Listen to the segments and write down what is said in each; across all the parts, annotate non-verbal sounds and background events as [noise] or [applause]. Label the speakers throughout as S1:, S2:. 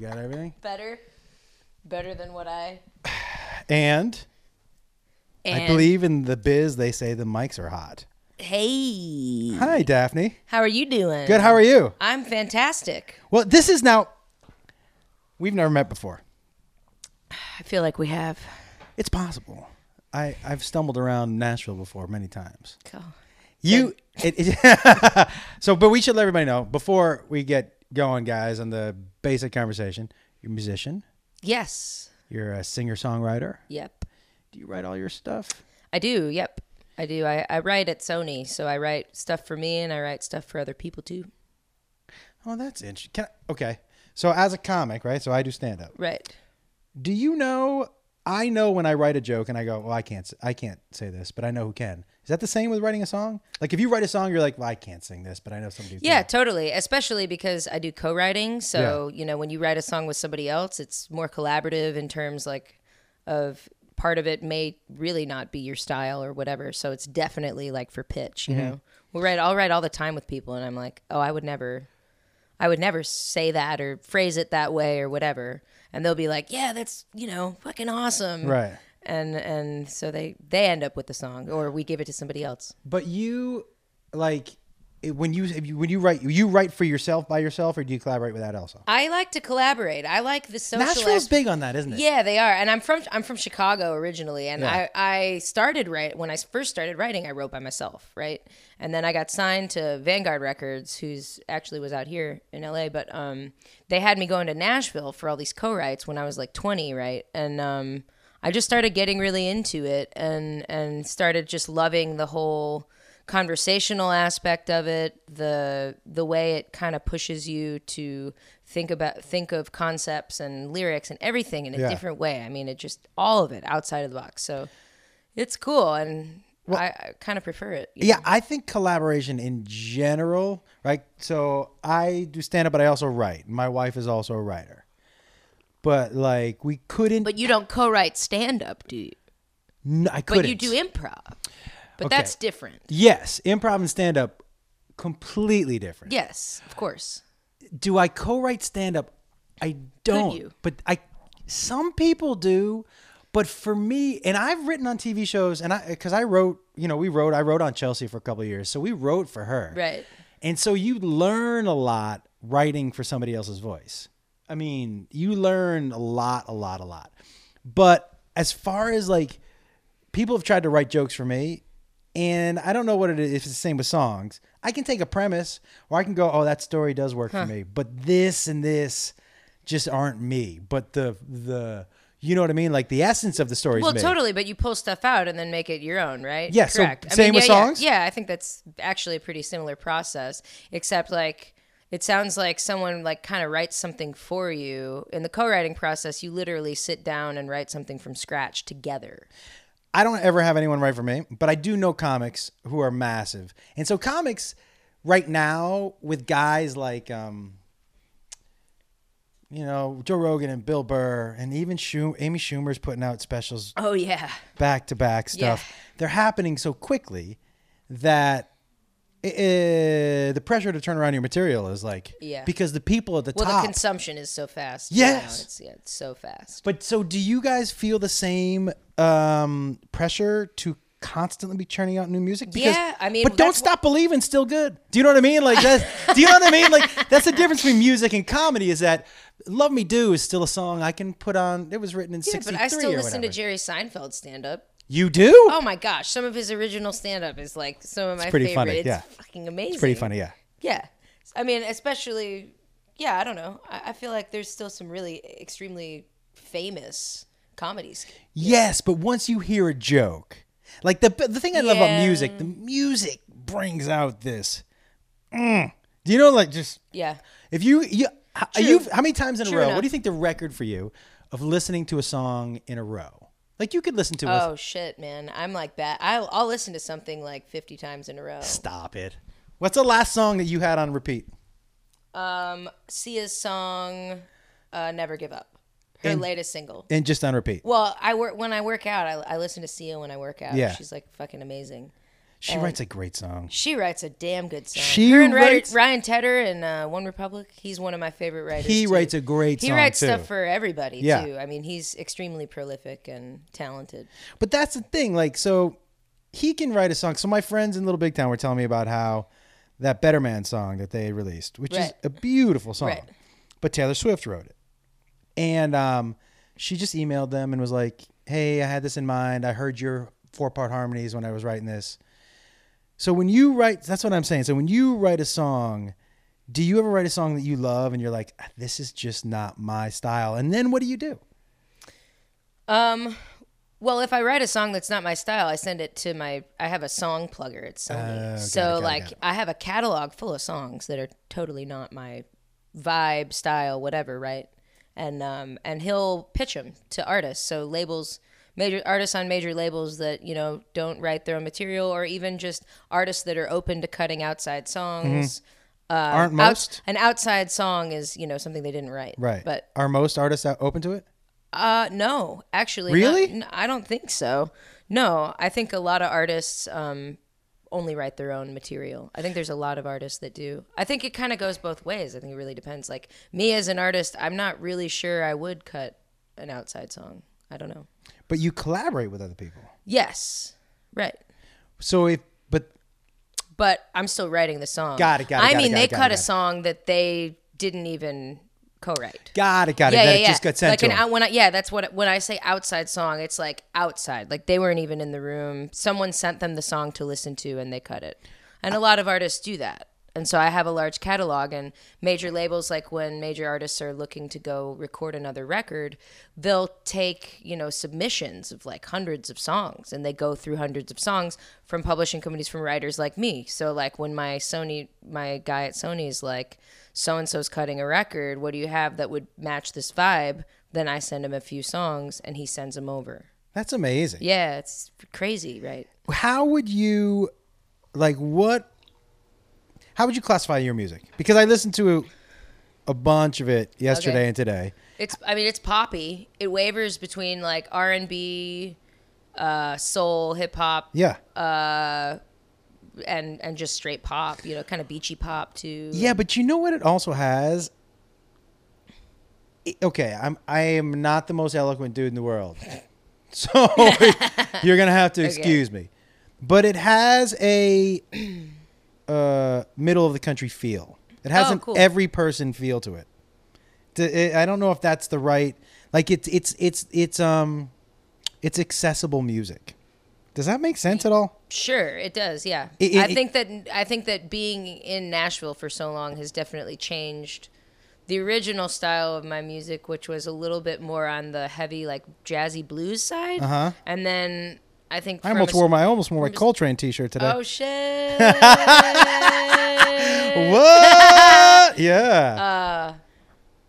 S1: got everything.
S2: Better, better than what I.
S1: And,
S2: And
S1: I believe in the biz they say the mics are hot.
S2: Hey,
S1: Hi, Daphne.
S2: how are you doing?
S1: Good. How are you?
S2: I'm fantastic.
S1: Well, this is now. We've never met before.
S2: I feel like we have.
S1: It's possible. I I've stumbled around Nashville before many times.
S2: Oh,
S1: You it, it- [laughs] so, but we should let everybody know before we get going, guys, on the basic conversation. You're a musician.
S2: yes.
S1: You're a singer songwriter.
S2: Yep.
S1: Do you write all your stuff?
S2: I do. Yep. I do. I, I write at Sony, so I write stuff for me and I write stuff for other people too.
S1: Oh, that's interesting. Can I, okay, so as a comic, right? So I do stand up.
S2: Right.
S1: Do you know? I know when I write a joke and I go, "Well, I can't, s- I can't say this," but I know who can. Is that the same with writing a song? Like if you write a song, you're like, "Well, I can't sing this," but I know somebody. who can."
S2: Yeah, totally. Especially because I do co-writing, so you know when you write a song with somebody else, it's more collaborative in terms like of part of it may really not be your style or whatever. So it's definitely like for pitch.
S1: Mm-hmm.
S2: You know, we write. I'll write all the time with people, and I'm like, oh, I would never, I would never say that or phrase it that way or whatever. And they'll be like, yeah, that's you know fucking awesome,
S1: Right.
S2: And and so they they end up with the song, or we give it to somebody else.
S1: But you, like, it- when you if you- when you write, you write for yourself by yourself, or do you collaborate with that also?
S2: I like to collaborate. I like the social.
S1: Nashville's big on that, isn't it?
S2: Yeah, they are. And I'm from I'm from Chicago originally, and
S1: Yeah.
S2: I I started right when I first started writing, I wrote by myself, right? And then I got signed to Vanguard Records, who's actually was out here in LA, but um they had me going to Nashville for all these co-writes when I was like 20, right? And um I just started getting really into it and and started just loving the whole conversational aspect of it the the way it kind of pushes you to think about think of concepts and lyrics and everything in a
S1: Yeah.
S2: different way i mean it just all of it outside of the box so it's cool and I, I kind of prefer it
S1: Yeah, I think collaboration in general, right? So I do stand up, but I also write. My wife is also a writer. But like we couldn't,
S2: but you don't co-write stand-up do you
S1: n- I
S2: but
S1: couldn't.
S2: you do improv but
S1: Okay.
S2: that's different
S1: Yes, improv and stand up, completely different.
S2: yes of course
S1: Do I co-write stand up? I don't.
S2: you?
S1: But I, some people do. But for me, and I've written on TV shows, and I because I wrote, you know, we wrote. I wrote on Chelsea for a couple of years, so we wrote for her.
S2: Right.
S1: And so you learn a lot writing for somebody else's voice. I mean, you learn a lot, a lot, a lot. But as far as like people have tried to write jokes for me, and I don't know what it is, if it's the same with songs. I can take a premise or I can go, oh, that story does work for me, but this and this just aren't me. But the, the, you know what I mean? Like the essence of the story
S2: well
S1: is me.
S2: totally but you pull stuff out and then make it your own right
S1: Yeah, so same with
S2: yeah, yeah,
S1: songs?
S2: yeah, i think that's actually a pretty similar process except like it sounds like someone like kind of writes something for you in the co-writing process you literally sit down and write something from scratch together
S1: I don't ever have anyone write for me, but I do know comics who are massive. And so comics right now with guys like um you know, Joe Rogan and Bill Burr and even Schum- Amy Schumer's putting out specials
S2: oh yeah
S1: back to back stuff. They're happening so quickly that i- i- the pressure to turn around your material is like
S2: Yeah.
S1: because the people at the
S2: well
S1: top
S2: the consumption is so fast
S1: Yes.
S2: it's, yeah, it's so fast
S1: But so, do you guys feel the same um, pressure to constantly be churning out new music?
S2: Yeah, I mean,
S1: but don't
S2: that's wh-
S1: stop believing. Still good. Do you know what I mean? Like that's. do you know what I mean? Like that's the difference between music and comedy. Is that "Love Me Do" is still a song I can put on. It was written in
S2: yeah,
S1: '63
S2: but i still
S1: or
S2: listen to
S1: whatever.
S2: jerry seinfeld stand up
S1: you do?
S2: oh my gosh some of his original stand up is like some of my
S1: pretty
S2: favorite
S1: funny,
S2: it's
S1: yeah.
S2: fucking amazing
S1: Pretty funny. Yeah.
S2: Yeah. I mean, especially, yeah, I don't know. I, I feel like there's still some really extremely famous comedies.
S1: Yes, but once you hear a joke, like the the thing I love about
S2: Yeah.
S1: music, the music brings out this. mm. Do you know? Like just
S2: Yeah.
S1: If you you how, you've how many times in a
S2: True
S1: row? What
S2: enough.
S1: do you think the record for you of listening to a song in a row? Like you could listen to us.
S2: Oh, shit, man. I'm like bad. I'll, I'll listen to something like 50 times in a row.
S1: Stop it. What's the last song that you had on repeat?
S2: Um, Sia's song, uh, Never Give Up, her latest single.
S1: And just on repeat.
S2: Well, I work when I work out. I, I listen to Sia when I work out.
S1: Yeah.
S2: She's like fucking amazing.
S1: She writes a great song.
S2: She writer, writes a damn good song.
S1: She
S2: Her and writer,
S1: writes-
S2: Ryan Tedder and uh, One Republic. He's one of my favorite writers.
S1: He
S2: too.
S1: writes a great
S2: He
S1: song,
S2: writes
S1: too.
S2: stuff for everybody
S1: Yeah.
S2: too. I mean, he's extremely prolific and talented.
S1: But that's the thing. Like, so he can write a song. So my friends in Little Big Town were telling me about how that Better Man song that they released, which is
S2: Right.
S1: a beautiful song,
S2: Right.
S1: but Taylor Swift wrote it. And um, she just emailed them and was like, hey, I had this in mind. I heard your four part harmonies when I was writing this. So when you write, that's what I'm saying. So when you write a song, do you ever write a song that you love and you're like, "Ah, this is just not my style? And then what do you do?
S2: Um, well, if I write a song that's not my style, I send it to my. I have a song plugger at Sony,
S1: Oh, got
S2: so
S1: it, got it,
S2: like
S1: got it.
S2: I have a catalog full of songs that are totally not my vibe, style, whatever, right? And um, and he'll pitch them to artists, so labels, major artists on major labels that you know don't write their own material, or even just artists that are open to cutting outside songs.
S1: Aren't
S2: Out-
S1: Mm-hmm. most?
S2: an outside song is you know something they didn't write,
S1: right.
S2: But
S1: are most artists out open to it?
S2: uh, no, actually,
S1: Really?
S2: not- n- I don't think so. No, I think a lot of artists um, only write their own material. I think there's a lot of artists that do. I think it kind of goes both ways. I think it really depends. Like me as an artist, I'm not really sure I would cut an outside song. I don't know.
S1: But you collaborate with other people.
S2: Yes, right.
S1: So if but
S2: But I'm still writing the song.
S1: Got it, got it, got
S2: I
S1: it,
S2: mean,
S1: got it, got
S2: they
S1: it,
S2: cut
S1: got
S2: a
S1: it.
S2: song that they didn't even co-write.
S1: got it, got it,
S2: yeah,
S1: that
S2: yeah,
S1: it
S2: yeah.
S1: just got sent
S2: like
S1: to
S2: an
S1: him.
S2: out when I yeah, that's what when I say outside song, it's like outside. Like they weren't even in the room. Someone sent them the song to listen to and they cut it. And a lot of artists do that. And so I have a large catalog and major labels like when major artists are looking to go record another record, they'll take, you know, submissions of like hundreds of songs and they go through hundreds of songs from publishing companies from writers like me. So like when my Sony my guy at Sony is like so and so's cutting a record. What do you have that would match this vibe? Then I send him a few songs and he sends them over.
S1: That's amazing.
S2: Yeah, it's crazy, right?
S1: How would you like what how would you classify your music? Because I listened to a bunch of it yesterday
S2: Okay.
S1: and today.
S2: It's I mean it's poppy. It wavers between like R and B, uh, soul, hip hop,
S1: Yeah.
S2: and and just straight pop. You know, kind of beachy pop too.
S1: Yeah, but you know what it also has? It- okay, I'm I am not the most eloquent dude in the world. [laughs] So [laughs] you're going to have to excuse me. But it has a [clears throat] uh, middle of the country feel. It has
S2: Oh,
S1: an
S2: cool.
S1: every person feel to it. D- it- I don't know if that's the right like it's it's it's it's um it's accessible music. Does that make sense at all?
S2: Sure, it does. Yeah,
S1: It- it-
S2: I think that I think that being in Nashville for so long has definitely changed the original style of my music, which was a little bit more on the heavy, like jazzy blues side.
S1: Uh-huh.
S2: And then I think
S1: I
S2: from
S1: almost
S2: a-
S1: wore my I almost wore my Coltrane t-shirt today. [laughs]
S2: Oh
S1: What? [laughs]
S2: shit!
S1: yeah.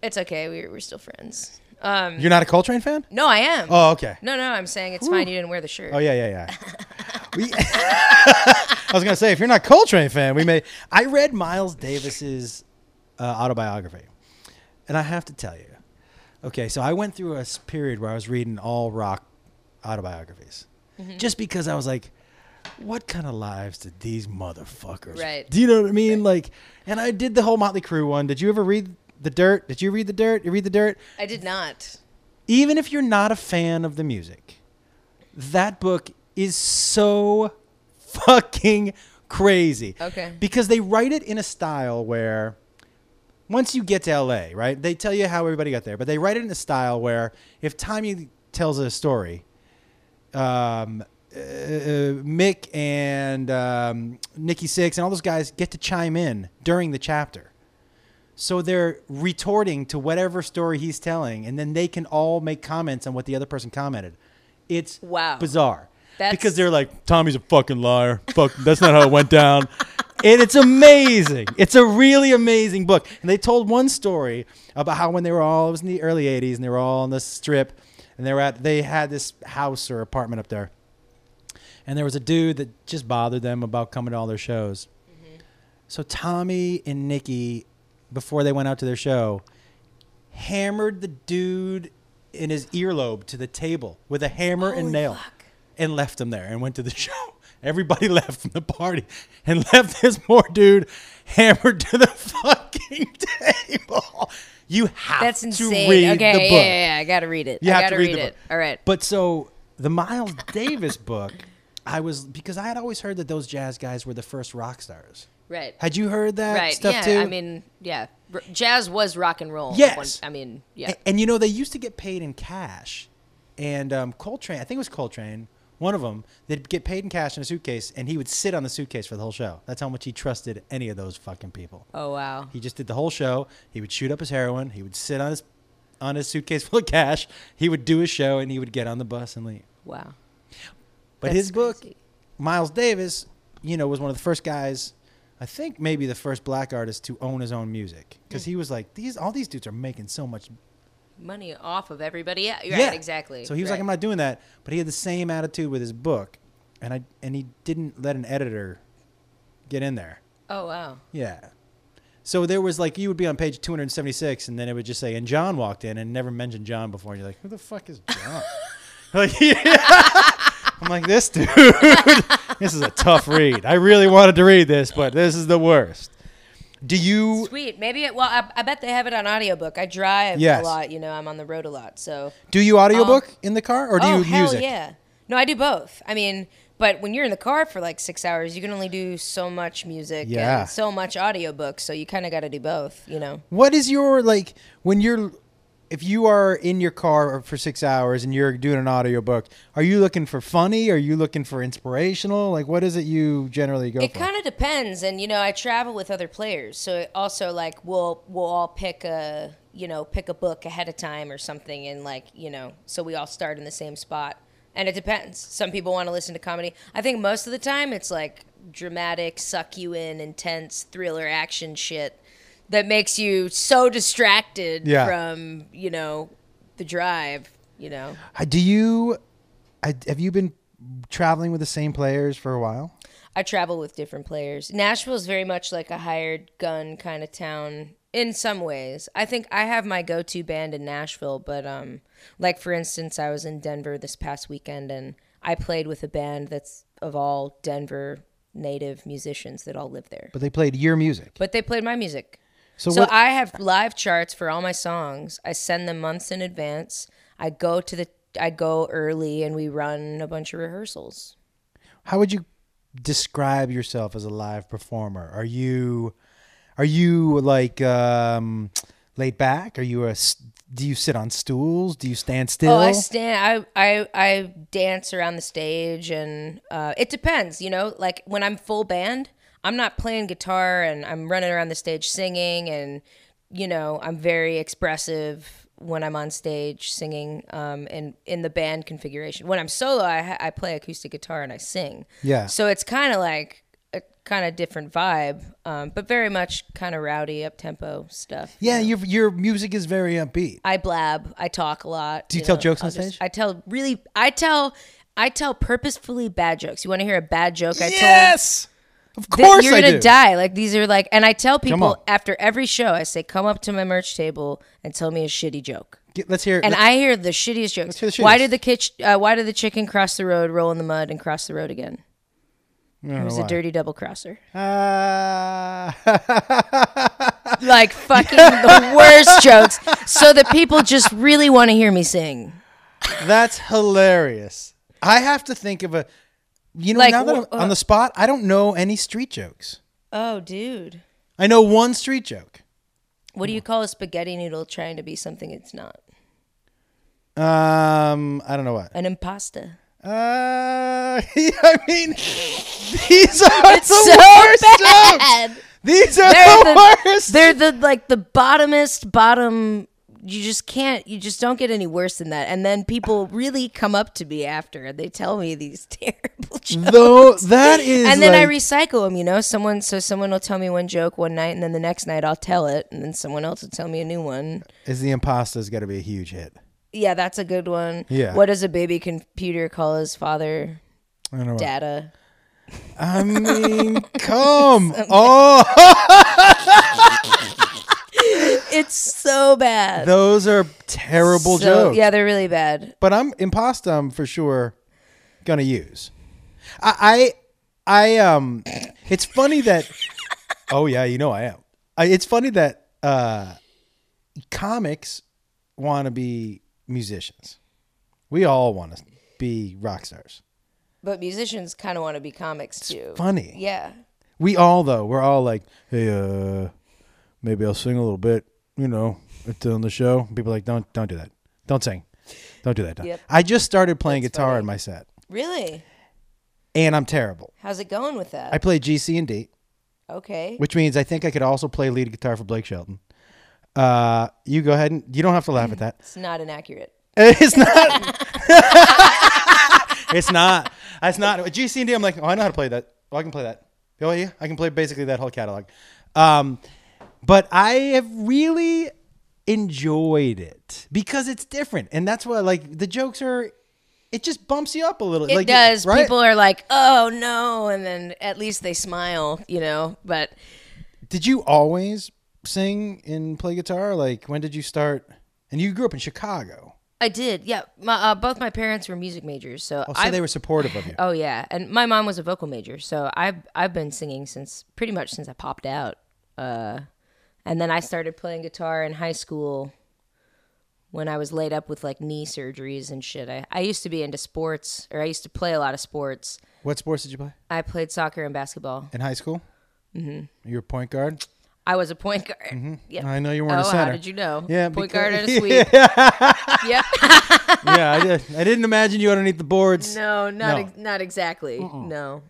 S2: it's okay. We're we're still friends. Um,
S1: You're not a Coltrane fan?
S2: no, I am.
S1: Oh, okay.
S2: No, no, I'm saying it's fine. You didn't wear the shirt.
S1: Oh, yeah, yeah, yeah.
S2: [laughs]
S1: We- [laughs] I was gonna say, if you're not a Coltrane fan, we may. I read Miles Davis's uh, autobiography, and I have to tell you, okay, so I went through a s- period where I was reading all rock autobiographies,
S2: Mm-hmm.
S1: just because I was like, what kind of lives did these motherfuckers?
S2: Right.
S1: Do you know what I mean? Like, and I did the whole Motley Crue one. Did you ever read the Dirt? Did you read the Dirt? You read the Dirt?
S2: I did not.
S1: even if you're not a fan of the music, that book is so [laughs] fucking crazy.
S2: Okay.
S1: Because they write it in a style where once you get to LA, right? They tell you how everybody got there, but they write it in a style where if Tommy tells a story, um, uh, Mick and um, Nikki Six and all those guys get to chime in during the chapter. So they're retorting to whatever story he's telling, and then they can all make comments on what the other person commented. It's
S2: Wow.
S1: bizarre
S2: That's-
S1: because they're like, "Tommy's a fucking liar. Fuck, that's not how it went down." And it's amazing. It's a really amazing book. And they told one story about how when they were all it was in the early '80s, and they were all on the strip, and they were at they had this house or apartment up there, and there was a dude that just bothered them about coming to all their shows. So Tommy and Nikki, before they went out to their show, hammered the dude in his earlobe to the table with a hammer and
S2: Holy
S1: nail,
S2: fuck.
S1: and left him there and went to the [laughs] show. Everybody [laughs] left from the party and left this poor dude hammered to the fucking [laughs] table. You have
S2: That's
S1: to
S2: insane.
S1: read
S2: okay,
S1: the
S2: yeah,
S1: book.
S2: yeah, yeah, I gotta read it.
S1: You
S2: I
S1: have
S2: gotta
S1: to read, the
S2: it.
S1: book.
S2: All right.
S1: But so the Miles Davis book, I was because I had always heard that those jazz guys were the first rock stars.
S2: right.
S1: Had you heard that
S2: right.
S1: stuff
S2: yeah.
S1: too?
S2: I mean, yeah. R- jazz was rock and roll.
S1: Yes.
S2: One- I mean, yeah.
S1: A- And, you know, they used to get paid in cash. And um, Coltrane, I think it was Coltrane, one of them, they'd get paid in cash in a suitcase, and he would sit on the suitcase for the whole show. That's how much he trusted any of those fucking people.
S2: oh wow.
S1: He just did the whole show. He would shoot up his heroin. He would sit on his on his suitcase [laughs] full of cash. He would do his show, and he would get on the bus and leave.
S2: Wow.
S1: But
S2: That's
S1: his book,
S2: crazy.
S1: Miles Davis, you know, was one of the first guys, I think maybe the first black artist to own his own music because
S2: Hmm.
S1: he was like, these all these dudes are making so much
S2: Money off of everybody. Yeah. Right. Exactly.
S1: So he was like,
S2: Right.
S1: I'm not doing that. But he had the same attitude with his book, and I and he didn't let an editor get in there.
S2: Oh wow.
S1: Yeah. So there was like you would be on page 276, and then it would just say, and John walked in, and never mentioned John before. And you're like, who the fuck is John?
S2: [laughs]
S1: like, [laughs] I'm like this dude. [laughs] this is a tough read. I really wanted to read this, but this is the worst. Do you
S2: Sweet. Maybe it. Well, I, I bet they have it on audiobook. I drive
S1: Yes.
S2: a lot. You know, I'm on the road a lot. So.
S1: do you audiobook in the car or do
S2: oh
S1: you
S2: hell
S1: music?
S2: yeah. No, I do both. I mean, but when you're in the car for like six hours, you can only do so much music
S1: Yeah.
S2: and so much audiobook. So you kind of got to do both. You know.
S1: What is your like when you're if you are in your car for six hours and you're doing an audiobook, are you looking for funny? Are you looking for inspirational? Like what is it you generally go
S2: It
S1: for?
S2: kind of depends, and you know, I travel with other players, so it also like we'll we'll all pick a you know pick a book ahead of time or something, and like you know, so we all start in the same spot. And it depends. Some people want to listen to comedy. I think most of the time it's like dramatic, suck you in, intense thriller action shit that makes you so distracted
S1: Yeah.
S2: from you know the drive. You know,
S1: Uh, do you I, have you been traveling with the same players for a while?
S2: I travel with different players. Nashville's very much like a hired gun kind of town in some ways. I think I have my go-to band in Nashville, but um like for instance, I was in Denver this past weekend and I played with a band that's of all Denver native musicians that all live there.
S1: But they played your music.
S2: But they played my music.
S1: So,
S2: So
S1: what,
S2: I have live charts for all my songs. I send them months in advance. I go to the I go early and we run a bunch of rehearsals.
S1: how would you describe yourself as a live performer? Are you are you like um, laid back? Are you a s- do you sit on stools? Do you stand still?
S2: Oh, I stand. I I I dance around the stage, and uh, it depends. You know, like when I'm full band, I'm not playing guitar, and I'm running around the stage singing, and you know, I'm very expressive when I'm on stage singing, um, and in the band configuration. When I'm solo, I ha- I play acoustic guitar and I sing.
S1: Yeah.
S2: So it's kind of like a kind of different vibe, um, but very much kind of rowdy, up tempo stuff.
S1: Yeah, your your music is very upbeat.
S2: I blab. I talk a lot. Do
S1: you tell jokes on stage?
S2: I tell really. I tell. I tell purposefully bad jokes. You want to hear a bad joke? I told.
S1: yes, of
S2: that
S1: course
S2: you're
S1: I
S2: gonna
S1: do.
S2: die. Like these are like, and I tell
S1: on.
S2: people after every show, I say, "Come up to my merch table and tell me a shitty joke."
S1: Get- let's hear. [laughs]
S2: And
S1: let-
S2: I hear the shittiest jokes.
S1: hear the shittiest.
S2: Why did the kitch, uh, Why did the chicken cross the road, roll in the mud, and cross the road again?
S1: don't
S2: It was
S1: know
S2: a dirty
S1: [laughs]
S2: double crosser.
S1: Ah.
S2: Like fucking the
S1: [laughs]
S2: worst jokes. So that people just really want to hear me sing.
S1: that's hilarious. I have to think of a. You know,
S2: Like,
S1: now that I'm
S2: wh- uh,
S1: on the spot, I don't know any street jokes.
S2: Oh, dude.
S1: I know one street joke.
S2: What do you call a spaghetti noodle trying to be something it's not?
S1: Um, I don't know what.
S2: An impasta.
S1: Uh, [laughs] I mean, these are the
S2: so
S1: worst jokes.
S2: bad.
S1: These are the
S2: They're the,
S1: worst.
S2: they're the like the bottomest bottom. You just can't. You just don't get any worse than that. And then people really come up to me after and they tell me these [laughs] terrible jokes.
S1: Though that is,
S2: And then
S1: like,
S2: I recycle them, you know. Someone, so someone will tell me one joke one night, and then the next night I'll tell it, and then someone else will tell me a new one.
S1: is the impasta's got to be a huge hit.
S2: Yeah, that's a good one.
S1: Yeah.
S2: What does a baby computer call his father?
S1: I don't know. What.
S2: Data.
S1: I mean, come
S2: [laughs]
S1: on.
S2: It's so bad.
S1: Those are terrible
S2: So-
S1: jokes.
S2: Yeah, they're really bad.
S1: But I'm impasta I'm for sure gonna use. I, I um, it's funny
S2: [laughs]
S1: that. oh yeah, you know I am. I, it's funny that uh, comics want to be musicians. We all want to be rock stars.
S2: But musicians kind of want to be comics too.
S1: Funny.
S2: Yeah.
S1: We all though, we're all like, hey, uh, maybe I'll sing a little bit, you know, at- on the show. People are like, don't, don't do that. Don't sing. Don't do that. Don't.
S2: Yep.
S1: I just started playing guitar
S2: funny.
S1: in my set,
S2: Really?
S1: and I'm terrible.
S2: How's it going with that?
S1: I play G, C, and D,
S2: okay.
S1: which means I think I could also play lead guitar for Blake Shelton. Uh, you go ahead and you don't have to laugh at that. [laughs]
S2: It's not inaccurate.
S1: It's not. [laughs] it's not. It's not. G, C, and D. I'm like, oh, I know how to play that. Oh, I can play that. Oh yeah, I can play basically that whole catalog. Um, but I have really enjoyed it because it's different, and that's why like the jokes are. It just bumps you up a little.
S2: It
S1: like,
S2: does.
S1: right?
S2: People are like, "Oh no," and then at least they smile, you know. But
S1: Did you always sing and play guitar? Like, when did you start? And you grew up in Chicago,
S2: I did. Yeah, my, uh, both my parents were music majors, so
S1: oh, so
S2: I.
S1: they were supportive of you.
S2: [laughs] oh yeah, and my mom was a vocal major, so I've I've been singing since pretty much since I popped out. Uh, and then I started playing guitar in high school when I was laid up with like knee surgeries and shit. I, I used to be into sports, or I used to play a lot of sports.
S1: What sports did you play
S2: I played soccer and basketball.
S1: in high school? Mm-hmm. You were a point guard.
S2: I was a point guard. Yeah.
S1: I know you weren't
S2: Oh,
S1: a Mm-hmm. center.
S2: how did you know?
S1: Yeah,
S2: point
S1: because-
S2: guard and a sweep.
S1: [laughs]
S2: yeah.
S1: yeah, I, did. I didn't imagine you underneath the boards.
S2: No, not
S1: No.
S2: Ex- not exactly. No,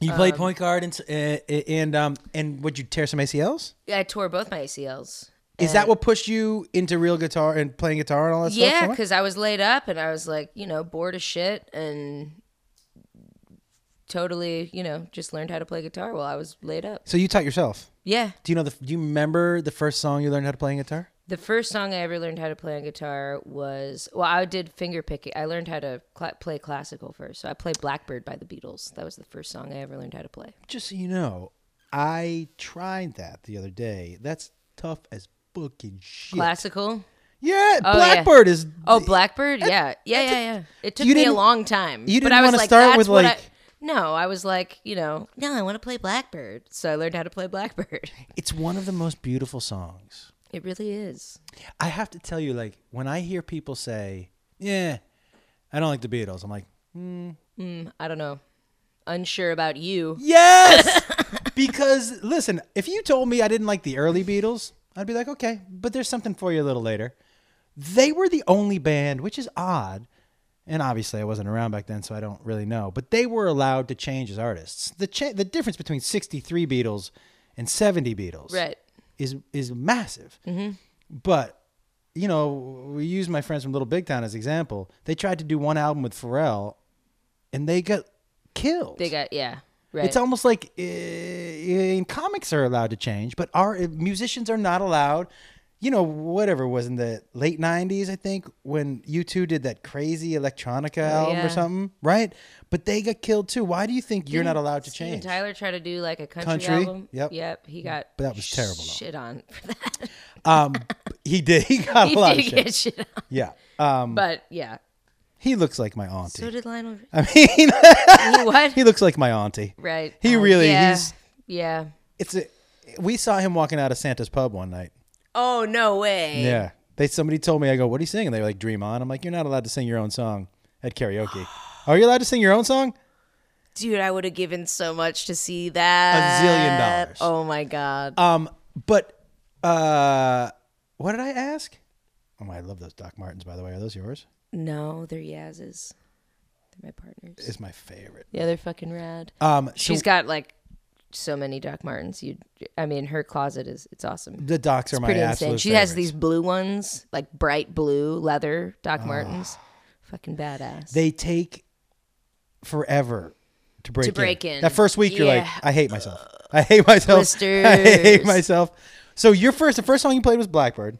S1: You
S2: Um,
S1: played point guard and s- uh, and um and would you tear some ACLs?
S2: I tore both my ACLs.
S1: Is that what pushed you into real guitar and playing guitar and all that stuff?
S2: Yeah,
S1: so much?
S2: because I was laid up and I was like, you know, bored as shit and totally, you know, just learned how to play guitar while I was laid up.
S1: So you taught yourself.
S2: Yeah.
S1: Do you know the? Do you remember the first song you learned how to play guitar?
S2: The first song I ever learned how to play on guitar was well, I did finger picking. I learned how to cla play classical first, so I played Blackbird by the Beatles. That was the first song I ever learned how to play.
S1: Just so you know, I tried that the other day. That's tough as fucking shit.
S2: Classical.
S1: yeah,
S2: Oh, yeah.
S1: Blackbird is.
S2: Oh, Blackbird? Yeah. Yeah, yeah, yeah. It took
S1: you
S2: me a
S1: didn't-
S2: long time.
S1: you
S2: but
S1: didn't
S2: I was
S1: wanna
S2: like,
S1: start
S2: "That's
S1: with,
S2: what I-"
S1: like-
S2: No, I was like, you know, no, I want to play Blackbird. So I learned how to play Blackbird. [laughs]
S1: It's one of the most beautiful songs.
S2: It really is.
S1: I have to tell you, like, when I hear people say, "Yeah, I don't like the Beatles," I'm like,
S2: I don't know. Unsure about you. [laughs]
S1: "Yes," because listen, if you told me I didn't like the early Beatles, I'd be like, "Okay," but there's something for you a little later. They were the only band, which is odd, and obviously I wasn't around back then, so I don't really know. But they were allowed to change as artists. The cha- the difference between '63 Beatles and '70 Beatles,
S2: Right. Mm-hmm.
S1: is is massive. But you know, we use my friends from Little Big Town as example. They tried to do one album with Pharrell, and they got killed.
S2: They got yeah. Right.
S1: it's almost like uh, in comics are allowed to change, but our eh, musicians are not allowed. You know, whatever was in the late '90s, I think, when U two did that crazy electronica album
S2: Oh, yeah.
S1: or something, right? But they got killed too. Why do you think you're not allowed to
S2: Steven
S1: change?
S2: Tyler tried to do like a country,
S1: Country,
S2: album.
S1: yep.
S2: Yep. He got
S1: But that was terrible, though.
S2: Shit on for that. [laughs]
S1: Um, he did. [laughs] He got
S2: he
S1: [laughs] a lot of
S2: did
S1: shit.
S2: get shit on.
S1: Yeah. Um,
S2: But yeah.
S1: He looks like my auntie.
S2: So did Lionel
S1: [laughs] I mean,
S2: he [laughs] what?
S1: he looks like my auntie.
S2: Right.
S1: He
S2: Um,
S1: really
S2: yeah.
S1: he's
S2: Yeah.
S1: it's a, we saw him walking out of Santa's pub one night.
S2: Oh no way.
S1: Yeah. They somebody told me I go, "What are you singing?" They were like, "Dream on." I'm like, "You're not allowed to sing your own song at [sighs] karaoke." Are you allowed to sing your own song?
S2: Dude, I would have given so much to see
S1: A
S2: that.
S1: zillion dollars.
S2: Oh my god.
S1: Um, but uh what did I ask? Oh, I love those Doc Martens by the way. Are those yours?
S2: no, they're Yaz's. They're my partners.
S1: It's my favorite.
S2: Yeah, they're fucking rad.
S1: Um so
S2: She's got like so many Doc Martens. You, I mean, her closet is it's awesome.
S1: the Docs are my
S2: Pretty
S1: absolute
S2: insane. She has
S1: favorites. Ah.
S2: these blue ones, like bright blue leather Doc Martens. Fucking badass.
S1: they take forever to break
S2: To break in.
S1: That first week, you're like,
S2: Yeah.
S1: I hate myself. I hate myself. [laughs] I hate
S2: Blisters.
S1: myself. So your first, the first song you played was Blackbird,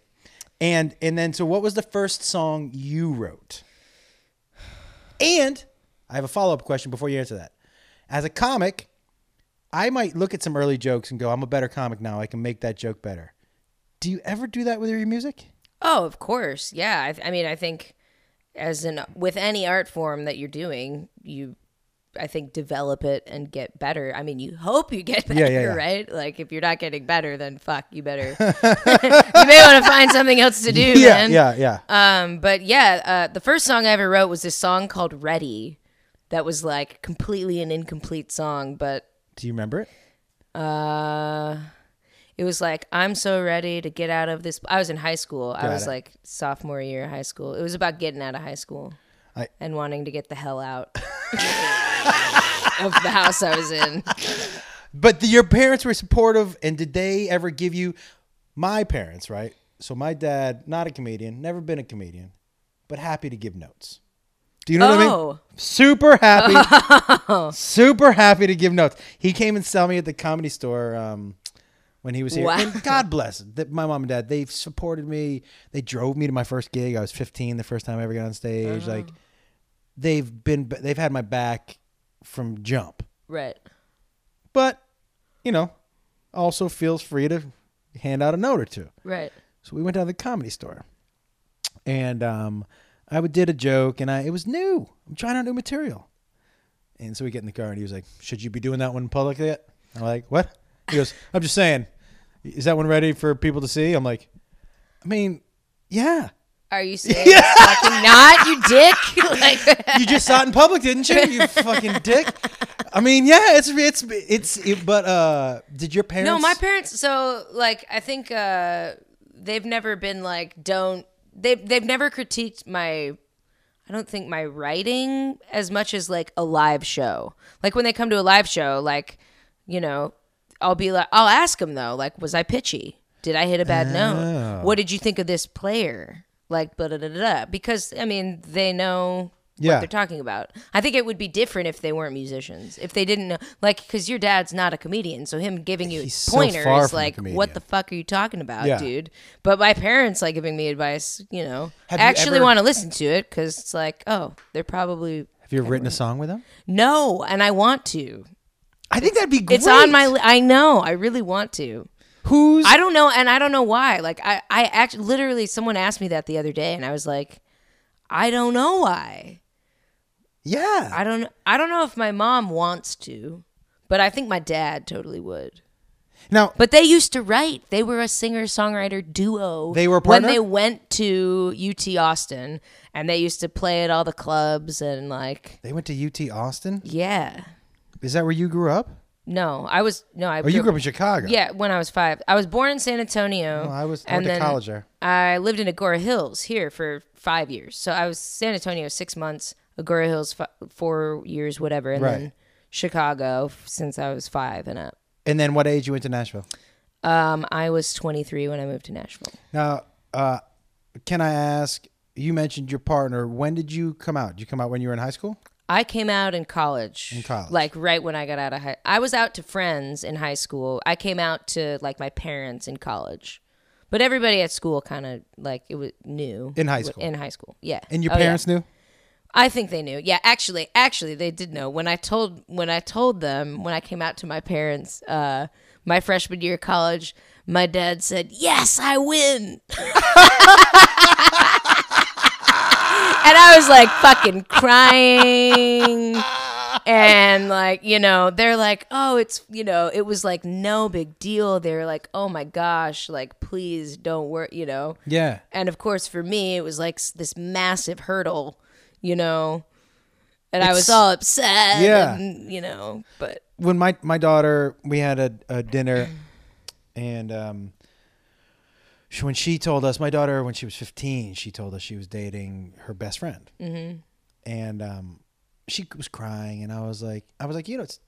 S1: and and then so what was the first song you wrote? And I have a follow up question before you answer that. As a comic, I might look at some early jokes and go, I'm a better comic now. I can make that joke better. Do you ever do that with your music?
S2: oh, of course. Yeah. I, I mean, I think as in with any art form that you're doing, you I think develop it and get better. I mean, you hope you get [laughs] better,
S1: Yeah, yeah, yeah.
S2: right? Like if you're not getting better, then fuck,
S1: [laughs]
S2: you better. [laughs] you may want to find something else to do,
S1: Yeah,
S2: man.
S1: yeah, yeah.
S2: Um, but yeah, uh, the first song I ever wrote was this song called "Ready," that was like completely an incomplete song, but
S1: Do you remember it?
S2: uh, it was like I'm so ready to get out of this. I was in high school. I
S1: Got
S2: was
S1: it.
S2: like sophomore year of high school. It was about getting out of high school
S1: I-
S2: and wanting to get the hell out of the house I was in.
S1: [laughs] But the, your parents were supportive, and did they ever give you my parents? Right. So my dad, not a comedian, never been a comedian, but happy to give notes. Do you know what I mean?
S2: Oh.
S1: Super happy,
S2: [laughs]
S1: super happy to give notes. He came and saw me at the comedy store um, when he was here.
S2: Wow.
S1: And God bless that my mom and dad. They've supported me. They drove me to my first gig. I was 15, the first time I ever got on stage. Like
S2: Oh.
S1: they've been, they've had my back from jump
S2: Right.
S1: but you know, also feels free to hand out a note or two.
S2: Right.
S1: So we went down to the comedy store, and um, I would- did a joke, and I it was new. I'm trying out new material, and so we get in the car, and he was like, "Should you be doing that one in public yet?" I'm like, "What?" He goes, "I'm just saying, is that one ready for people to see?" I'm like, "I mean, yeah."
S2: Are you saying it's fucking not, you dick? [laughs] like,
S1: you just saw it in public, didn't you? You fucking dick. I mean, yeah, it's it's it's. It, but uh, did your parents?
S2: no, my parents. So, like, I think uh, they've never been like, don't. They they've never critiqued my. I don't think my writing as much as like a live show. Like when they come to a live show, like, you know, I'll be like, I'll ask them though, like, was I pitchy? Did I hit a bad note? What did you think of this player? Like, blah, da da da da. Because I mean, they know
S1: Yeah.
S2: what they're talking about. I think it would be different if they weren't musicians. If they didn't know, like, because your dad's not a comedian, so him giving you
S1: He's so
S2: pointers,
S1: far from a
S2: like,
S1: comedian.
S2: what the fuck are you talking about,
S1: Yeah.
S2: dude? But my parents like giving me advice. You know,
S1: Have you
S2: actually
S1: ever-
S2: want to listen to it because it's like, oh, they're probably
S1: Have you ever written a song with them?
S2: no, and I want to.
S1: I think that'd be great.
S2: It's on my. Li- I know. I really want to.
S1: who's
S2: I don't know, and I don't know why. Like I, I act literally someone asked me that the other day, and I was like, I don't know why.
S1: yeah.
S2: I don't. I don't know if my mom wants to, but I think my dad totally would.
S1: Now
S2: But they used to write. They were a singer songwriter duo.
S1: They were a
S2: when
S1: partner?
S2: they went to UT Austin, and they used to play at all the clubs and like,
S1: they went to UT Austin.
S2: yeah.
S1: Is that where you grew up?
S2: No, I was no. I
S1: Or Oh, you grew up in Chicago?
S2: Yeah, when I was five, I was born in San Antonio.
S1: Well, I was I
S2: and
S1: went to
S2: then
S1: college there.
S2: I lived in Agora Hills here for five years. So I was San Antonio six months, Agora Hills fi- four years, whatever, and
S1: Right.
S2: then Chicago f- since I was five and up.
S1: And then what age you went to Nashville?
S2: Um, I was 23 when I moved to Nashville.
S1: Now, uh, can I ask? You mentioned your partner. When did you come out? Did you come out when you were in high school?
S2: I came out in college. In
S1: college.
S2: Like right when I got out of high I was out to friends in high school. I came out to like my parents in college. But everybody at school kind of like it was new.
S1: In high school.
S2: In high school. Yeah.
S1: And your
S2: Oh, yeah.
S1: parents knew.
S2: I think they knew. Yeah, actually, actually, they did know. When I told when I told them when I came out to my parents, uh, my freshman year of college, my dad said, "Yes, I win," [laughs] and I was like fucking crying. And like you know, they're like, oh, it's you know, it was like no big deal. They're like, oh my gosh, like please don't worry, you know.
S1: Yeah.
S2: And of course, for me, it was like s- this massive hurdle, you know. And I was
S1: It's-
S2: all upset.
S1: Yeah.
S2: And, you know, but
S1: when my my daughter we had a, a dinner and um she, when she told us my daughter when she was 15 she told us she was dating her best friend mm-hmm. and um she was crying and i was like i was like you know it's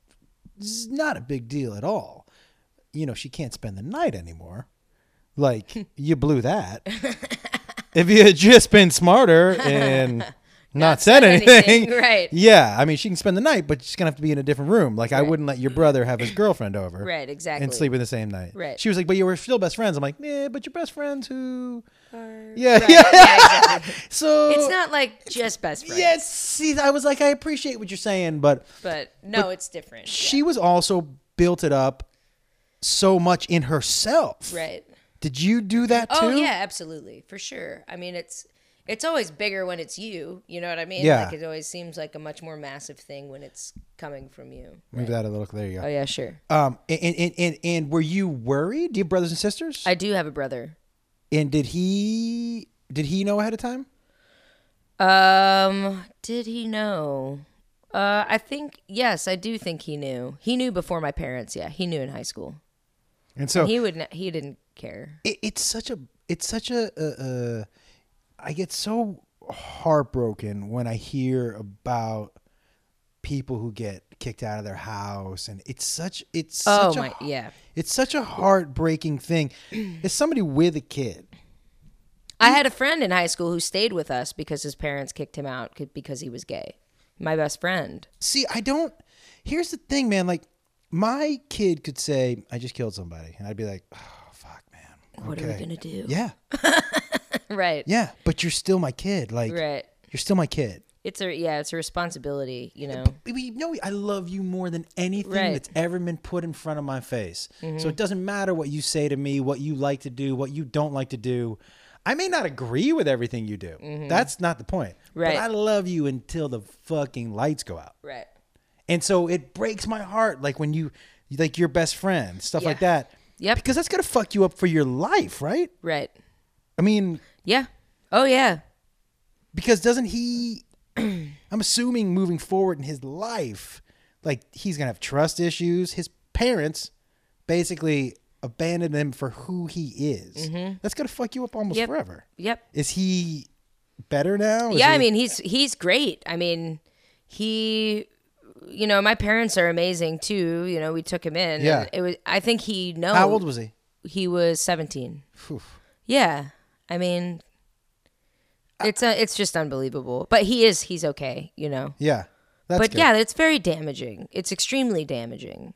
S1: this is not a big deal at all you know she can't spend the night anymore [laughs] like you blew that if you had just been smarter [laughs] and not, said, anything, [laughs]
S2: right.
S1: yeah, I mean, she can spend the night, but she's gonna have to be in a different room. Like, I wouldn't let your brother have his girlfriend over,
S2: Right, exactly.
S1: and sleep in the same night.
S2: Right.
S1: She was like, "But you were still best friends." I'm like, "Yeah, but you're best friends who, [laughs] yeah,
S2: Right.
S1: yeah."
S2: Yeah, exactly.
S1: So
S2: It's
S1: [laughs]
S2: not like just best friends.
S1: Yes, see, I was like, I appreciate what you're saying, but
S2: But no, it's different.
S1: she was also built it up so much in herself.
S2: Right.
S1: Did you do that
S2: Oh
S1: too?
S2: yeah, absolutely, for sure. I mean, it's it's always bigger when it's you. You know what I mean?
S1: Yeah.
S2: Like it always seems like a much more massive thing when it's coming from you.
S1: Move that a little. There you
S2: Oh
S1: go.
S2: yeah, sure.
S1: Um, and, and, and, and, and were you worried? Do you have brothers and sisters?
S2: I do have a brother.
S1: and did he did he know ahead of time?
S2: Um, did he know? Uh, I think yes, I do think he knew. He knew before my parents. Yeah, he knew in high school.
S1: And so
S2: He would. n- He didn't care.
S1: it, it's such a it's such a uh, uh, I get so heartbroken when I hear about people who get kicked out of their house and it's such it's
S2: Oh
S1: such
S2: my,
S1: a,
S2: yeah.
S1: it's such a heartbreaking
S2: [clears throat]
S1: thing it's somebody with a kid
S2: I had a friend in high school who stayed with us because his parents kicked him out c- because he was gay. My best friend.
S1: see i don't here's the thing man like my kid could say i just killed somebody and i'd be like oh fuck man
S2: What are we
S1: okay
S2: gonna do?
S1: yeah
S2: [laughs] Right.
S1: yeah but you're still my kid like
S2: [laughs] Right.
S1: you're still my kid
S2: It's a yeah. It's a responsibility. You know.
S1: we know I love you more than anything
S2: Right. Mm-hmm.
S1: that's ever been put in front of my face. So it doesn't matter what you say to me, what you like to do, what you don't like to do. I may not agree with everything you do. That's not the point.
S2: Mm-hmm. Right.
S1: But I love you until the fucking lights go out.
S2: Right.
S1: And so it breaks my heart like when you like your best friend, stuff like
S2: Yeah.
S1: that.
S2: Yep.
S1: Because that's going to fuck you up for your life, right?
S2: Right.
S1: I mean,
S2: Yeah. Oh yeah.
S1: because doesn't he [clears throat] i'm assuming moving forward in his life like he's gonna have trust issues his parents basically abandoned him for who he is that's gonna fuck you up almost
S2: Mm-hmm. Yep.
S1: forever
S2: Yep.
S1: is he better now Is
S2: yeah, I
S1: he-
S2: mean he's he's great. I mean, he you know, my parents are amazing too. You know, we took him in. and
S1: Yeah.
S2: It was I think he knows
S1: how old was he
S2: he was seventeen.
S1: Phew.
S2: Yeah. I mean it's uh it's just unbelievable. But he is he's okay, you know.
S1: yeah that's
S2: but
S1: good.
S2: yeah, it's very damaging. It's extremely damaging.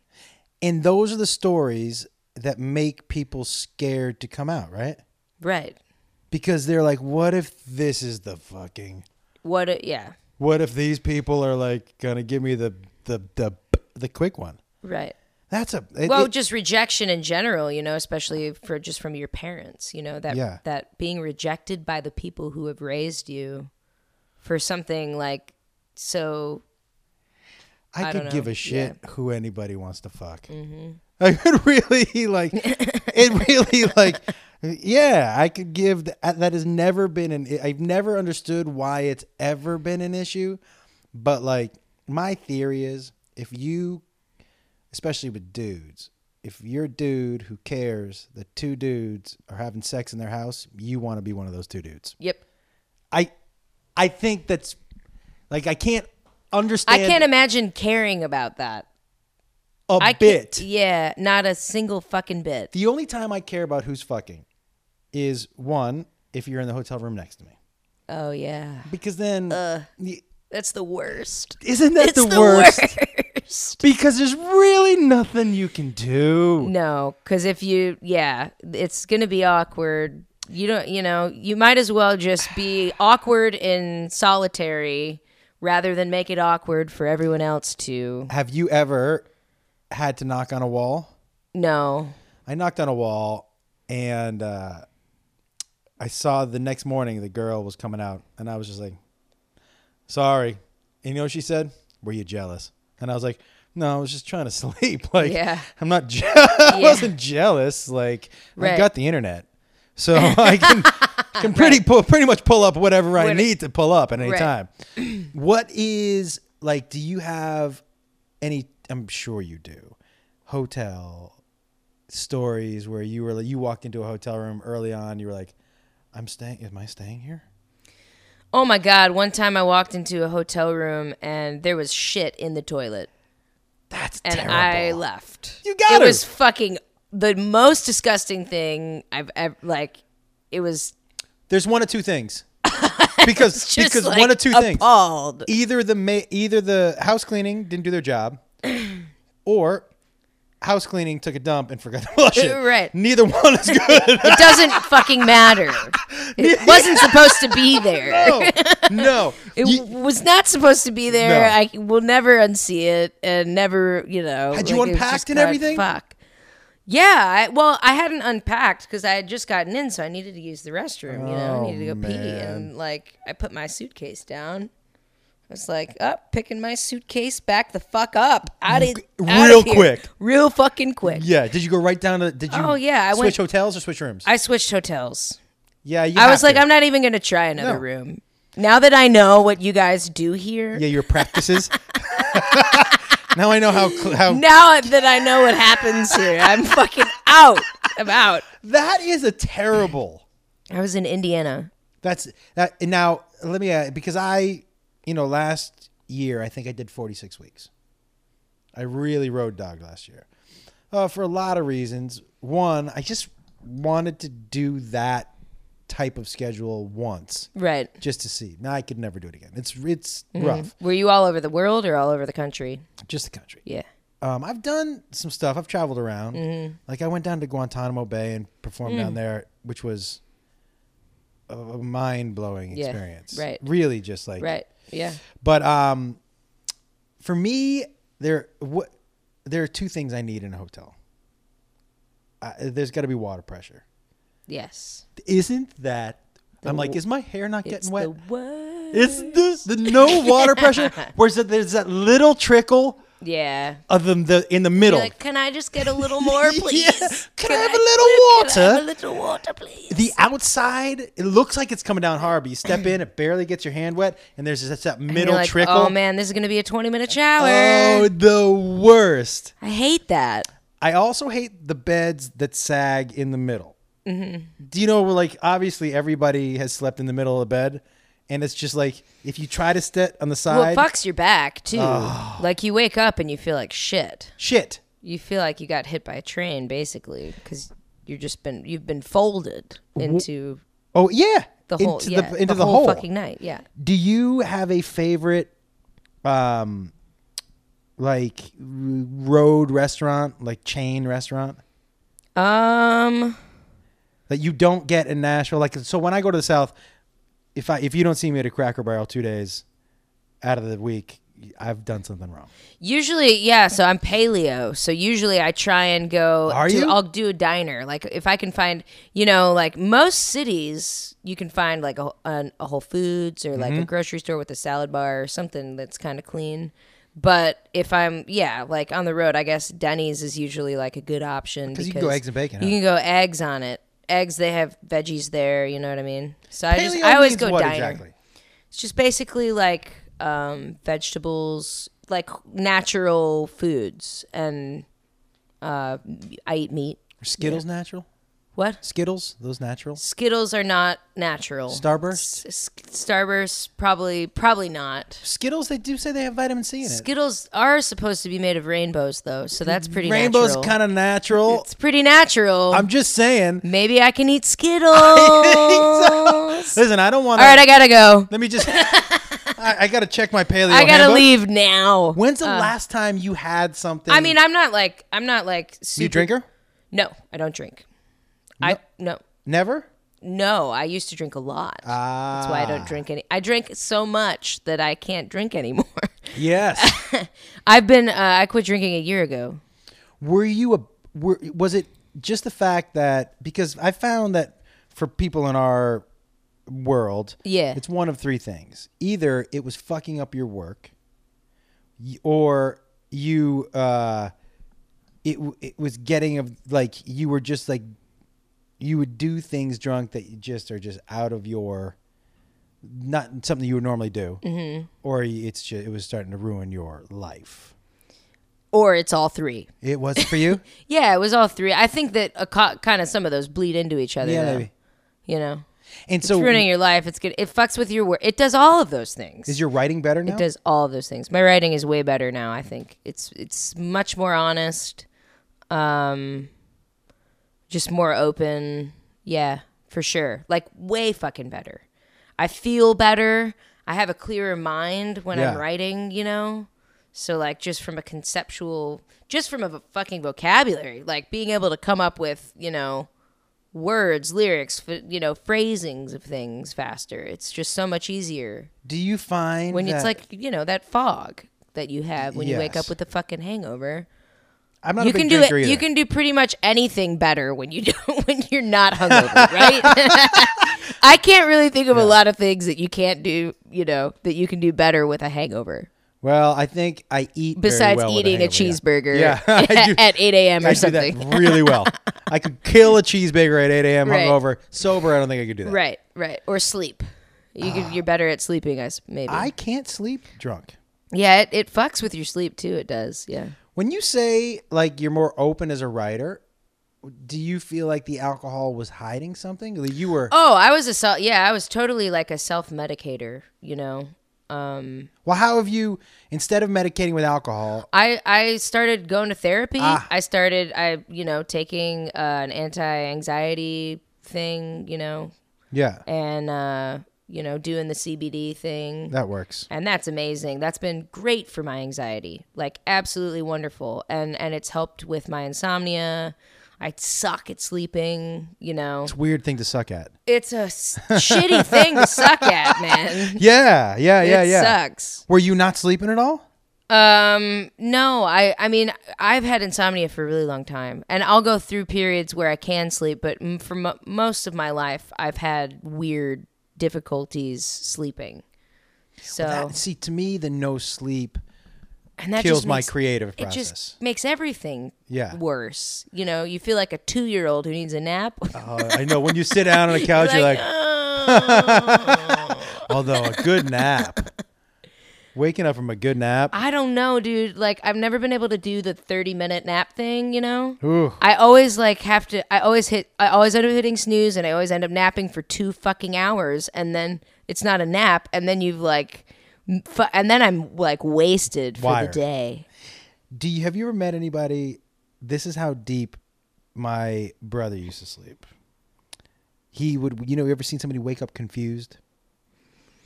S1: and those are the stories that make people scared to come out right
S2: Right.
S1: because they're like what if this is the fucking
S2: What a, yeah.
S1: what if these people are like gonna give me the the the the quick one
S2: Right.
S1: That's a it,
S2: well
S1: it-
S2: just rejection in general you know especially for just from your parents you know that
S1: Yeah.
S2: that being rejected by the people who have raised you for something like so
S1: I,
S2: I
S1: could
S2: don't
S1: give
S2: know.
S1: a
S2: Mm-hmm.
S1: shit who anybody wants to fuck. [laughs] I could really
S2: [laughs]
S1: like it. Really like yeah. I could give th- uh, that has never been an. I've never understood why it's ever been an issue, but like my theory is if you, especially with dudes. If you're a dude who cares that two dudes are having sex in their house, you want to be one of those two dudes.
S2: yep
S1: I I think that's like I can't
S2: i
S1: understand
S2: can't imagine caring about that
S1: a
S2: I
S1: bit.
S2: can't, e- yeah not a single fucking bit
S1: The only time I care about who's fucking is one if you're in the hotel room next to me.
S2: oh yeah
S1: Because then y-
S2: that's the worst
S1: isn't that
S2: Uh, it's
S1: the, worst?
S2: worst. [laughs]
S1: Because there's really nothing you can do.
S2: No, because if you, yeah, it's gonna be awkward. You don't, you know, you might as well just be awkward and solitary rather than make it awkward for everyone else to.
S1: Have you ever had to knock on a wall?
S2: No,
S1: I knocked on a wall and uh, I saw the next morning the girl was coming out and I was just like, sorry. And you know what she said? Were you jealous? And I was like, no, I was just trying to [laughs] sleep. Like,
S2: Yeah.
S1: I'm not, je- [laughs] I
S2: Yeah.
S1: wasn't jealous. Like,
S2: Right.
S1: I got the internet. So [laughs] I can, can pretty, pull, pretty much pull up whatever I
S2: What-
S1: need to pull up at any
S2: Right.
S1: time. [clears throat] what is, like, do you have any, I'm sure you do, hotel stories where you were like you walked into a hotel room early on you were like i'm staying am i staying here
S2: Oh my God. One time I walked into a hotel room and there was shit in the toilet
S1: that's
S2: and
S1: terrible
S2: I left.
S1: You gotta.
S2: It was fucking the most disgusting thing I've ever, like, it was
S1: there's one of two
S2: [laughs]
S1: things because
S2: just
S1: because
S2: like,
S1: one of two things
S2: appalled.
S1: either the ma- either the house cleaning didn't do their job
S2: [clears throat]
S1: or house cleaning took a dump and forgot [laughs] to flush it
S2: Right.
S1: neither one is good
S2: It doesn't fucking matter.
S1: [laughs]
S2: It wasn't supposed to be there. [laughs]
S1: no no
S2: It
S1: You-
S2: w was not supposed to be there.
S1: No.
S2: I c- will never unsee it and never, you know.
S1: Had you
S2: it was
S1: unpacked
S2: just
S1: and
S2: kinda
S1: everything?
S2: Fuck. Yeah, I, well, I hadn't unpacked because I had just gotten in, so I needed to use the restroom. You know,
S1: Oh,
S2: I needed to go pee,
S1: man.
S2: and like I put my suitcase down. I was like, up, picking my suitcase back the fuck up, out of
S1: Real quick.
S2: real fucking quick.
S1: Yeah. Did you go right down to? Did you?
S2: Oh, yeah, I
S1: switch
S2: went-
S1: hotels or switch rooms?
S2: I switched hotels.
S1: yeah. You
S2: I
S1: have
S2: was like,
S1: to.
S2: I'm not even gonna try another
S1: No.
S2: room. Now that I know what you guys do here,
S1: Yeah, your
S2: [laughs]
S1: practices. [laughs] now I know how cl- how
S2: now that I know what happens here, I'm fucking out. I'm out.
S1: that is a terrible.
S2: I was in Indiana.
S1: That's that. And now let me add, because I, you know, last year I think I did forty six weeks. I really road dog last year, uh, for a lot of reasons. One, I just wanted to do that type of schedule once,
S2: Right.
S1: just to see. Now I could never do it again. It's it's rough.
S2: Were you all over the world or all over the country?
S1: Just the country.
S2: Yeah.
S1: Um, I've done some stuff. I've traveled around.
S2: Mm-hmm.
S1: Like I went down to Guantanamo Bay and performed
S2: Mm.
S1: down there, which was a mind blowing
S2: Yeah,
S1: experience.
S2: right.
S1: Really, just like
S2: Right. Yeah.
S1: But um, for me, there what there are two things I need in a hotel. Uh, there's got to be water pressure.
S2: Yes.
S1: Isn't that? I'm like,
S2: w-
S1: is my hair not
S2: It's
S1: getting wet?
S2: the word.
S1: it's the the no water
S2: [laughs]
S1: pressure. Whereas there's that little trickle
S2: Yeah.
S1: of the, the in the middle.
S2: You're like, can I just get
S1: [laughs]
S2: a little more,
S1: Yeah.
S2: please?
S1: Can I have a little
S2: Can I have
S1: water?"
S2: a little water, please.
S1: the outside it looks like it's coming down hard but you step in it barely gets your hand wet and there's just that
S2: And you're
S1: middle
S2: like,
S1: trickle
S2: Oh man, this is gonna be a 20 minute shower.
S1: oh the worst
S2: I hate that.
S1: i also hate the beds that sag in the middle
S2: Mm-hmm.
S1: do you know like obviously everybody has slept in the middle of the bed and it's just like if you try to sit on the
S2: Well,
S1: side Oh.
S2: it fucks your back too. Like you wake up and you feel like shit.
S1: shit
S2: You feel like you got hit by a train, basically, because you've just been you've been folded into
S1: oh yeah
S2: the whole
S1: into
S2: yeah,
S1: the, into the,
S2: whole,
S1: hole
S2: fucking night. Yeah.
S1: Do you have a favorite, um, like r- road restaurant, like chain restaurant
S2: Um.
S1: that you don't get in Nashville? Like, so when I go to the South, if I if you don't see me at a Cracker Barrel two days out of the week, I've done something wrong.
S2: Usually, yeah. So I'm paleo. So usually I try and go.
S1: Are
S2: to-
S1: you?
S2: I'll do a diner. Like if I can find, you know, like most cities, you can find like a, an- a Whole Foods or
S1: Mm-hmm.
S2: like a grocery store with a salad bar or something that's kind of clean. But if I'm, yeah, like on the road, I guess Denny's is usually like a good option because
S1: you can go eggs and bacon,
S2: You
S1: huh?
S2: can go eggs on it. Eggs, they have veggies there. You know what I mean? So I just,
S1: Paleo
S2: I always
S1: means
S2: go
S1: what
S2: diner.
S1: exactly?
S2: It's just basically like um, vegetables, like natural foods, and uh, I eat meat.
S1: Are Skittles natural?
S2: What
S1: Skittles those natural?
S2: Skittles are not natural.
S1: Starburst?
S2: S- Starburst probably probably not.
S1: Skittles they do say they have vitamin C in it.
S2: Skittles are supposed to be made of rainbows though, so that's pretty.
S1: Rainbow's
S2: natural.
S1: kind of natural.
S2: It's pretty natural.
S1: I'm just saying.
S2: Maybe I
S1: [laughs]
S2: can eat Skittles. All
S1: Listen, I don't want
S2: right, I gotta go.
S1: Let me
S2: [laughs]
S1: just. I, I gotta check my paleo.
S2: I gotta
S1: handbook.
S2: leave now.
S1: When's the last time you had something?
S2: I mean, I'm not like I'm not like super
S1: you drinker?
S2: No, I don't drink. I no.
S1: Never.
S2: No, I used to drink a lot. That's why I
S1: Ah,
S2: don't drink any. I drink so much that I can't drink anymore. [laughs]
S1: Yes.
S2: I've been uh, I quit drinking a year ago.
S1: were you a? Were, was it just the fact that because I found that for people in our world,
S2: Yeah.
S1: it's one of three things: either it was fucking up your work, y- or you, uh, it w- it was getting of like you were just like you would do things drunk that you just are just out of your not something you would normally do, mm-hmm. or it's just, it was starting to ruin your life.
S2: Or it's all three.
S1: It wasn't for
S2: [laughs]
S1: you.
S2: Yeah, it was all three. I think that a co- kind of some of those bleed into each other.
S1: Yeah,
S2: though.
S1: maybe.
S2: You know,
S1: And so,
S2: it's ruining your life. It's good. It fucks with your work. It does all of those things.
S1: is your writing better now?
S2: it does all of those things. My writing is way better now. I think it's it's much more honest, um, just more open. Yeah, for sure. Like way fucking better. I feel better. I have a clearer mind when
S1: Yeah.
S2: I'm writing. You know, so like just from a conceptual, just from a v- fucking vocabulary, like being able to come up with you know words, lyrics, f- you know, phrasings of things faster. It's just so much easier
S1: Do you find
S2: when it's
S1: that-
S2: like you know that fog that you have when you wake
S1: Yes.
S2: up with a fucking hangover
S1: I'm not
S2: You
S1: a big
S2: can do
S1: drinker
S2: it.
S1: either.
S2: You can do pretty much anything better when you [laughs] do when you're not hungover, right? [laughs] I can't really think of a lot of things that you can't do. You know that you can do better with a hangover.
S1: Well, I think I eat very
S2: Besides
S1: well with
S2: eating a,
S1: hangover, yeah.
S2: cheeseburger
S1: Yeah, [laughs]
S2: [laughs]
S1: I do.
S2: at 8 a.m. or
S1: I do
S2: something.
S1: that really well. I could kill a cheeseburger at 8 a.m.
S2: Right.
S1: hungover. Sober, I don't think I could do that.
S2: Right, right. Or sleep. You
S1: [sighs]
S2: could, you're better at sleeping, I s- maybe.
S1: I can't sleep drunk.
S2: yeah, it, it fucks with your sleep too. It does. Yeah.
S1: When you say like you're more open as a writer, do you feel like the alcohol was hiding something? Like you were.
S2: Oh, I was a self. Yeah, I was totally like a self medicator. You know, um,
S1: Well, how have you instead of medicating with alcohol?
S2: I I started going to therapy.
S1: Ah.
S2: I started I you know taking uh, an anti anxiety thing. You know,
S1: Yeah,
S2: and uh, you know doing the CBD thing.
S1: that works.
S2: and that's amazing that's been great for my anxiety like absolutely wonderful and and it's helped with my insomnia i suck at sleeping you know
S1: It's a weird thing to suck at.
S2: it's a
S1: [laughs]
S2: s- shitty thing to suck at man
S1: Yeah, yeah, yeah,
S2: it
S1: yeah.
S2: sucks
S1: Were you not sleeping at all?
S2: um no i i mean i've had insomnia for a really long time and i'll go through periods where i can sleep but m- for mo most of my life i've had weird difficulties sleeping so
S1: That- see, to me, the no sleep
S2: and that
S1: kills
S2: just
S1: my
S2: makes-
S1: creative
S2: it
S1: process.
S2: just makes everything
S1: Yeah.
S2: worse. You know, you feel like a two year old who needs a nap.
S1: Oh, I know. When you sit down
S2: [laughs]
S1: on a couch, you're like,
S2: "Oh."
S1: [laughs] although a good nap, waking up from a good nap.
S2: [laughs] I don't know, dude. Like, I've never been able to do the thirty minute nap thing. You know,
S1: Ooh.
S2: I always like have to. I always hit. I always end up hitting snooze, and I always end up napping for two fucking hours, and then it's not a nap, and then you've like, m- fu- and then I'm like wasted for
S1: Wired.
S2: the day.
S1: Do you have you ever met anybody? This is how deep my brother used to sleep. He would, you know, you ever seen somebody wake up confused?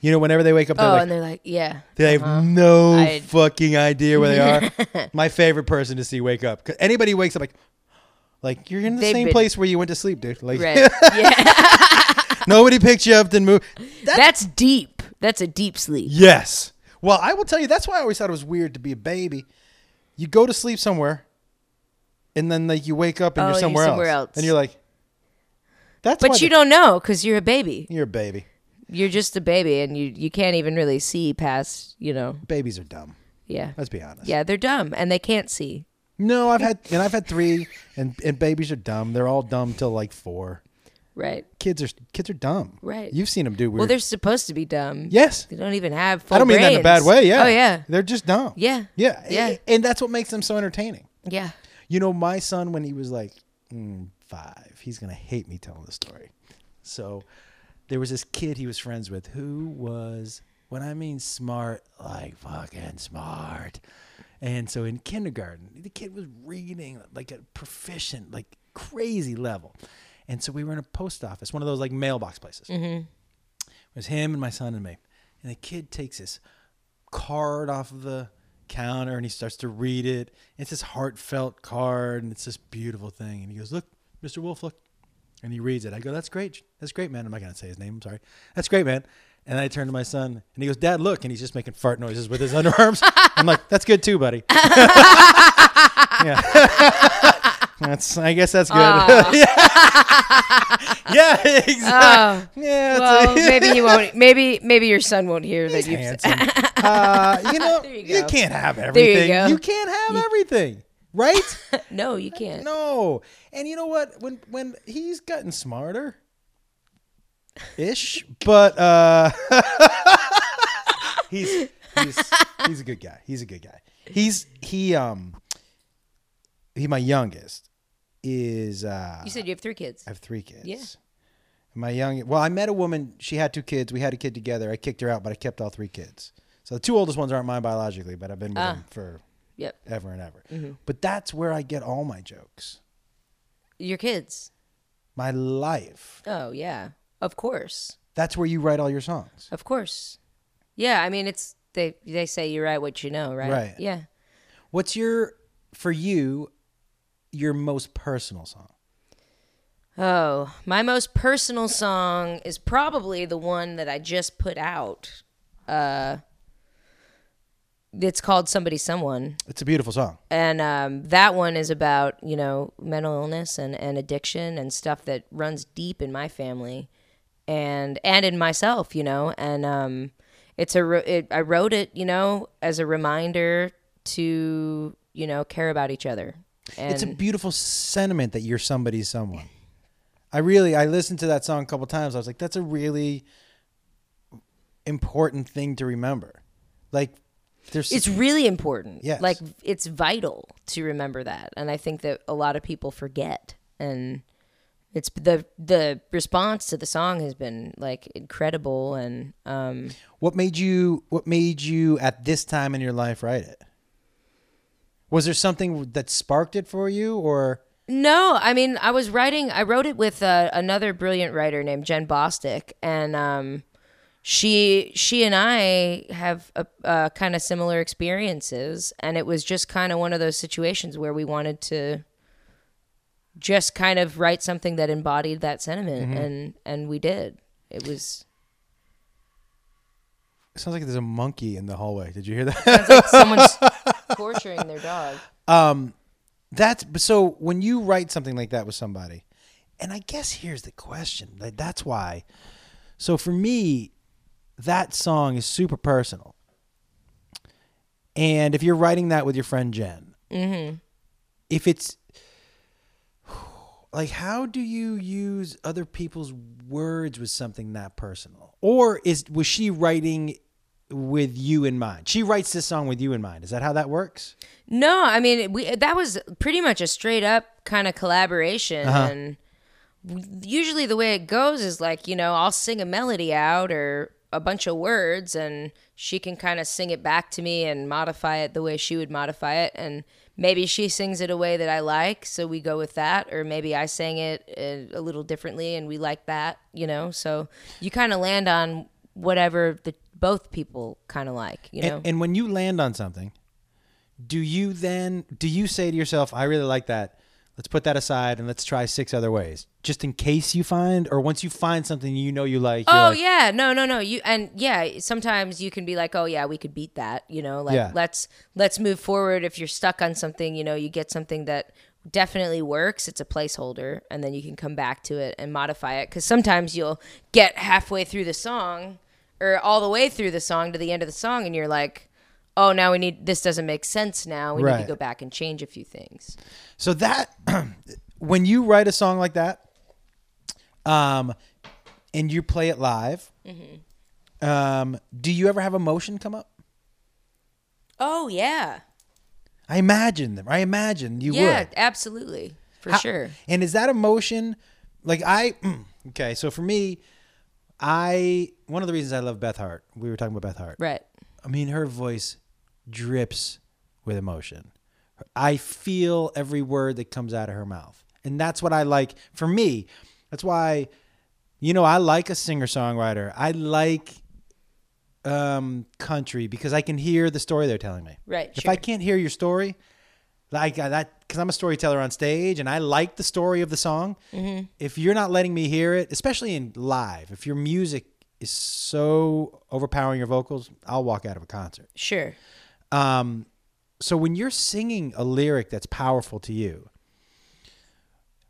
S1: You know, whenever they wake up, they're
S2: Oh,
S1: like,
S2: and they're like,
S1: [laughs]
S2: yeah,
S1: They have no
S2: Uh-huh. I-
S1: fucking idea where they
S2: [laughs]
S1: are. My favorite person to see wake up. 'Cause Anybody who wakes up like, like you're in the
S2: They've
S1: same
S2: been-
S1: place where you went to sleep, dude. Like
S2: right, yeah.
S1: [laughs]
S2: [laughs]
S1: nobody picked you up, didn't move. That,
S2: That's deep. That's a deep sleep.
S1: yes. Well, I will tell you. That's why I always thought it was weird to be a baby. You go to sleep somewhere, and then like you wake up and
S2: Oh,
S1: you're
S2: you're
S1: somewhere,
S2: somewhere
S1: else,
S2: else.
S1: and you're like, that's. why
S2: But you
S1: the-
S2: don't know because you're a baby.
S1: You're a baby.
S2: You're just a baby, and you you can't even really see past. You know,
S1: Babies are dumb.
S2: yeah,
S1: Let's be honest.
S2: yeah, they're dumb and they can't see.
S1: No,
S2: [laughs]
S1: I've had and I've had three, and and babies are dumb. They're all dumb till like four.
S2: Right.
S1: kids are kids are dumb.
S2: Right.
S1: You've seen them do weird.
S2: Well, they're supposed to be dumb.
S1: yes.
S2: They don't even have. Full
S1: I don't mean that in a bad
S2: brains.
S1: way. Yeah.
S2: Oh yeah.
S1: They're just dumb.
S2: Yeah.
S1: Yeah.
S2: Yeah.
S1: And that's what makes them so entertaining.
S2: Yeah.
S1: You know, my son when he was like mm, five, he's gonna hate me telling the story. So there was this kid he was friends with who was when I mean smart, like fucking smart. And so in kindergarten, the kid was reading like a proficient, like crazy level. And so we were in a post office, one of those like mailbox places.
S2: Mm-hmm.
S1: It was him and my son and me. And the kid takes his card off of the counter and he starts to read it. It's this heartfelt card and it's this beautiful thing. And he goes, Look, Mr. Wolf, look. And he reads it. I go, That's great. That's great, man. I'm not going to say his name. I'm sorry. That's great, man. And I turn to my son and he goes, Dad, look. And he's just making fart noises with his [laughs] underarms. I'm like, That's good too, buddy. [laughs] yeah. [laughs] that's, I guess that's good. [laughs] yeah, [laughs] exactly.
S2: Oh.
S1: yeah, that's
S2: Well, maybe you [laughs] won't. Maybe maybe your son won't hear that you.
S1: handsome.
S2: [laughs]
S1: uh, you know,
S2: There
S1: you,
S2: you go.
S1: can't have
S2: you
S1: everything. You,
S2: go.
S1: can't have everything, right?
S2: [laughs] No, you can't.
S1: no. And you know what? When when he's gotten smarter, ish, but uh, [laughs] he's he's he's a good guy. He's a good guy. He's he um he my youngest is uh
S2: You said you have three kids.
S1: I have three kids.
S2: Yeah.
S1: My young, well, I met a woman. She had two kids. We had a kid together. I kicked her out, but I kept all three kids. So the two oldest ones aren't mine biologically, but I've been with
S2: Ah. Mm-hmm.
S1: them for
S2: Yep.
S1: ever and ever. But that's where I get all my jokes.
S2: Your kids.
S1: My life.
S2: Oh yeah. Of course.
S1: That's where you write all your songs.
S2: Of course. Yeah. I mean, it's they they say you write what you know, right?
S1: Right.
S2: Yeah.
S1: What's your, for you, your most personal song?
S2: Oh, my most personal song is probably the one that I just put out. Uh, it's called Somebody Someone.
S1: It's a beautiful song.
S2: And um, that one is about, you know, mental illness and, and addiction and stuff that runs deep in my family and and in myself, you know. And um, it's a re- it, I wrote it, you know, as a reminder to, you know, care about each other. And
S1: it's a beautiful sentiment that you're somebody's someone. I really I listened to that song a couple times. I was like, that's a really important thing to remember. Like there's
S2: it's really important.
S1: Yes.
S2: Like it's vital to remember that. And I think that a lot of people forget and it's the the response to the song has been like incredible and um
S1: what made you what made you at this time in your life write it? Was there something that sparked it for you or
S2: No, I mean, I was writing. I wrote it with uh, another brilliant writer named Jen Bostick, and um, she she and I have a, uh, kind of similar experiences, and it was just kind of one of those situations where we wanted to just kind of write something that embodied that sentiment, and and we did. It was
S1: it sounds like there's a monkey in the hallway. Did you hear that?
S2: it's like someone's torturing their dog.
S1: that's so when you write something like that with somebody, and I guess here's the question. Like that's why. So for me, that song is super personal. And if you're writing that with your friend Jen, if it's like, how do you use other people's words with something that personal? Or is was she writing with you in mind? She writes this song with you in mind. Is that how that works?
S2: No, I mean we that was pretty much a straight up kind of collaboration and usually the way it goes is like, you know, I'll sing a melody out or a bunch of words and she can kind of sing it back to me and modify it the way she would modify it and maybe she sings it a way that I like, so we go with that or maybe I sang it uh, a little differently and we like that, you know. So you kind of land on whatever the both people kind of like, you know.
S1: And, and when you land on something, do you then do you say to yourself, "I really like that. Let's put that aside and let's try six other ways, just in case you find, or once you find something you know you like." you're
S2: Oh
S1: like,
S2: yeah, no, no, no. You and yeah, sometimes you can be like, oh yeah, we could beat that. You know, like
S1: Yeah.
S2: let's let's move forward. If you're stuck on something, you know, you get something that definitely works. It's a placeholder, and then you can come back to it and modify it. Because sometimes you'll get halfway through the song, or all the way through the song to the end of the song, and you're like, oh, now we need this doesn't make sense. Now we need
S1: Right.
S2: to go back and change a few things.
S1: So that [clears throat] when you write a song like that, um, and you play it live,
S2: Mm-hmm.
S1: um, do you ever have emotion come up?
S2: Oh yeah,
S1: I imagine them. I imagine you
S2: yeah,
S1: would.
S2: absolutely, for
S1: How-
S2: sure.
S1: And is that emotion like I [clears throat] okay, so for me, I one of the reasons I love Beth Hart, we were talking about Beth Hart.
S2: Right.
S1: I mean her voice drips with emotion. I feel every word that comes out of her mouth. And that's what I like for me. That's why you know, I like a singer-songwriter. I like um country because I can hear the story they're telling me.
S2: Right,
S1: If
S2: sure.
S1: I can't hear your story, like I- that because I'm a storyteller on stage and I like the story of the song.
S2: Mm-hmm.
S1: If you're not letting me hear it, especially in live, if your music is so overpowering your vocals, I'll walk out of a concert.
S2: Sure.
S1: So when you're singing a lyric that's powerful to you,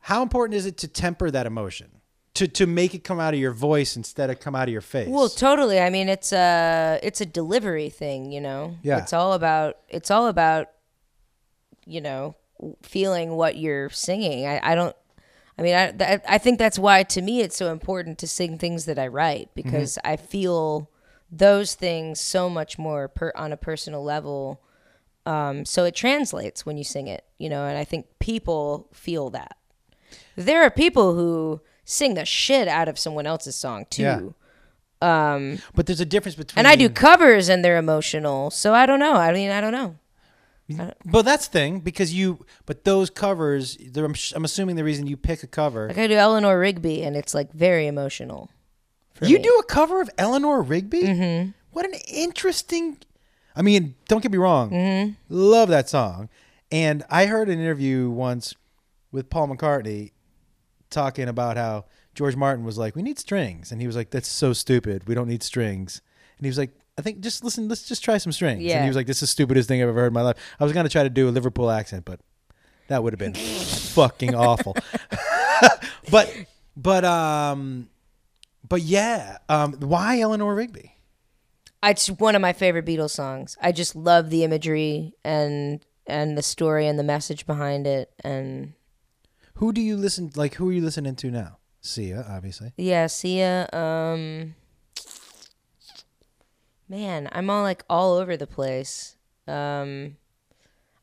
S1: how important is it to temper that emotion? To, to make it come out of your voice instead of come out of your face.
S2: Well, totally. I mean, it's a it's a delivery thing, you know.
S1: Yeah.
S2: It's all about it's all about you know feeling what you're singing. I, I don't. I mean, I th- I think that's why to me it's so important to sing things that I write
S1: Mm-hmm.
S2: because I feel those things so much more per, on a personal level. Um, so it translates when you sing it, you know. And I think people feel that. There are people who sing the shit out of someone else's song too.
S1: Yeah. but there's a difference between
S2: And I do covers and they're emotional. So I don't know. I mean, I don't know.
S1: Well, that's the thing because you, but those covers. they're- I'm, sh- I'm assuming the reason you pick a cover.
S2: Like I do Eleanor Rigby and it's like very emotional. for
S1: You
S2: me.
S1: do a cover of Eleanor Rigby. Mm-hmm. What an interesting. I mean, don't get me wrong.
S2: Mm-hmm.
S1: Love that song, and I heard an interview once with Paul McCartney talking about how George Martin was like, "We need strings," and he was like, "That's so stupid. We don't need strings." And he was like, I think just listen, let's just try some strings. And
S2: Yeah.
S1: he was like, This is the stupidest thing I've ever heard in my life. I was gonna try to do a Liverpool accent, but that would have
S2: [laughs]
S1: been fucking awful. [laughs] but but um but yeah, um why Eleanor Rigby?
S2: It's one of my favorite Beatles songs. I just love the imagery and and the story and the message behind it. And
S1: Who do you listen like who are you listening to now? Sia, obviously.
S2: yeah, Sia. Um, man, I'm all like all over the place. Um,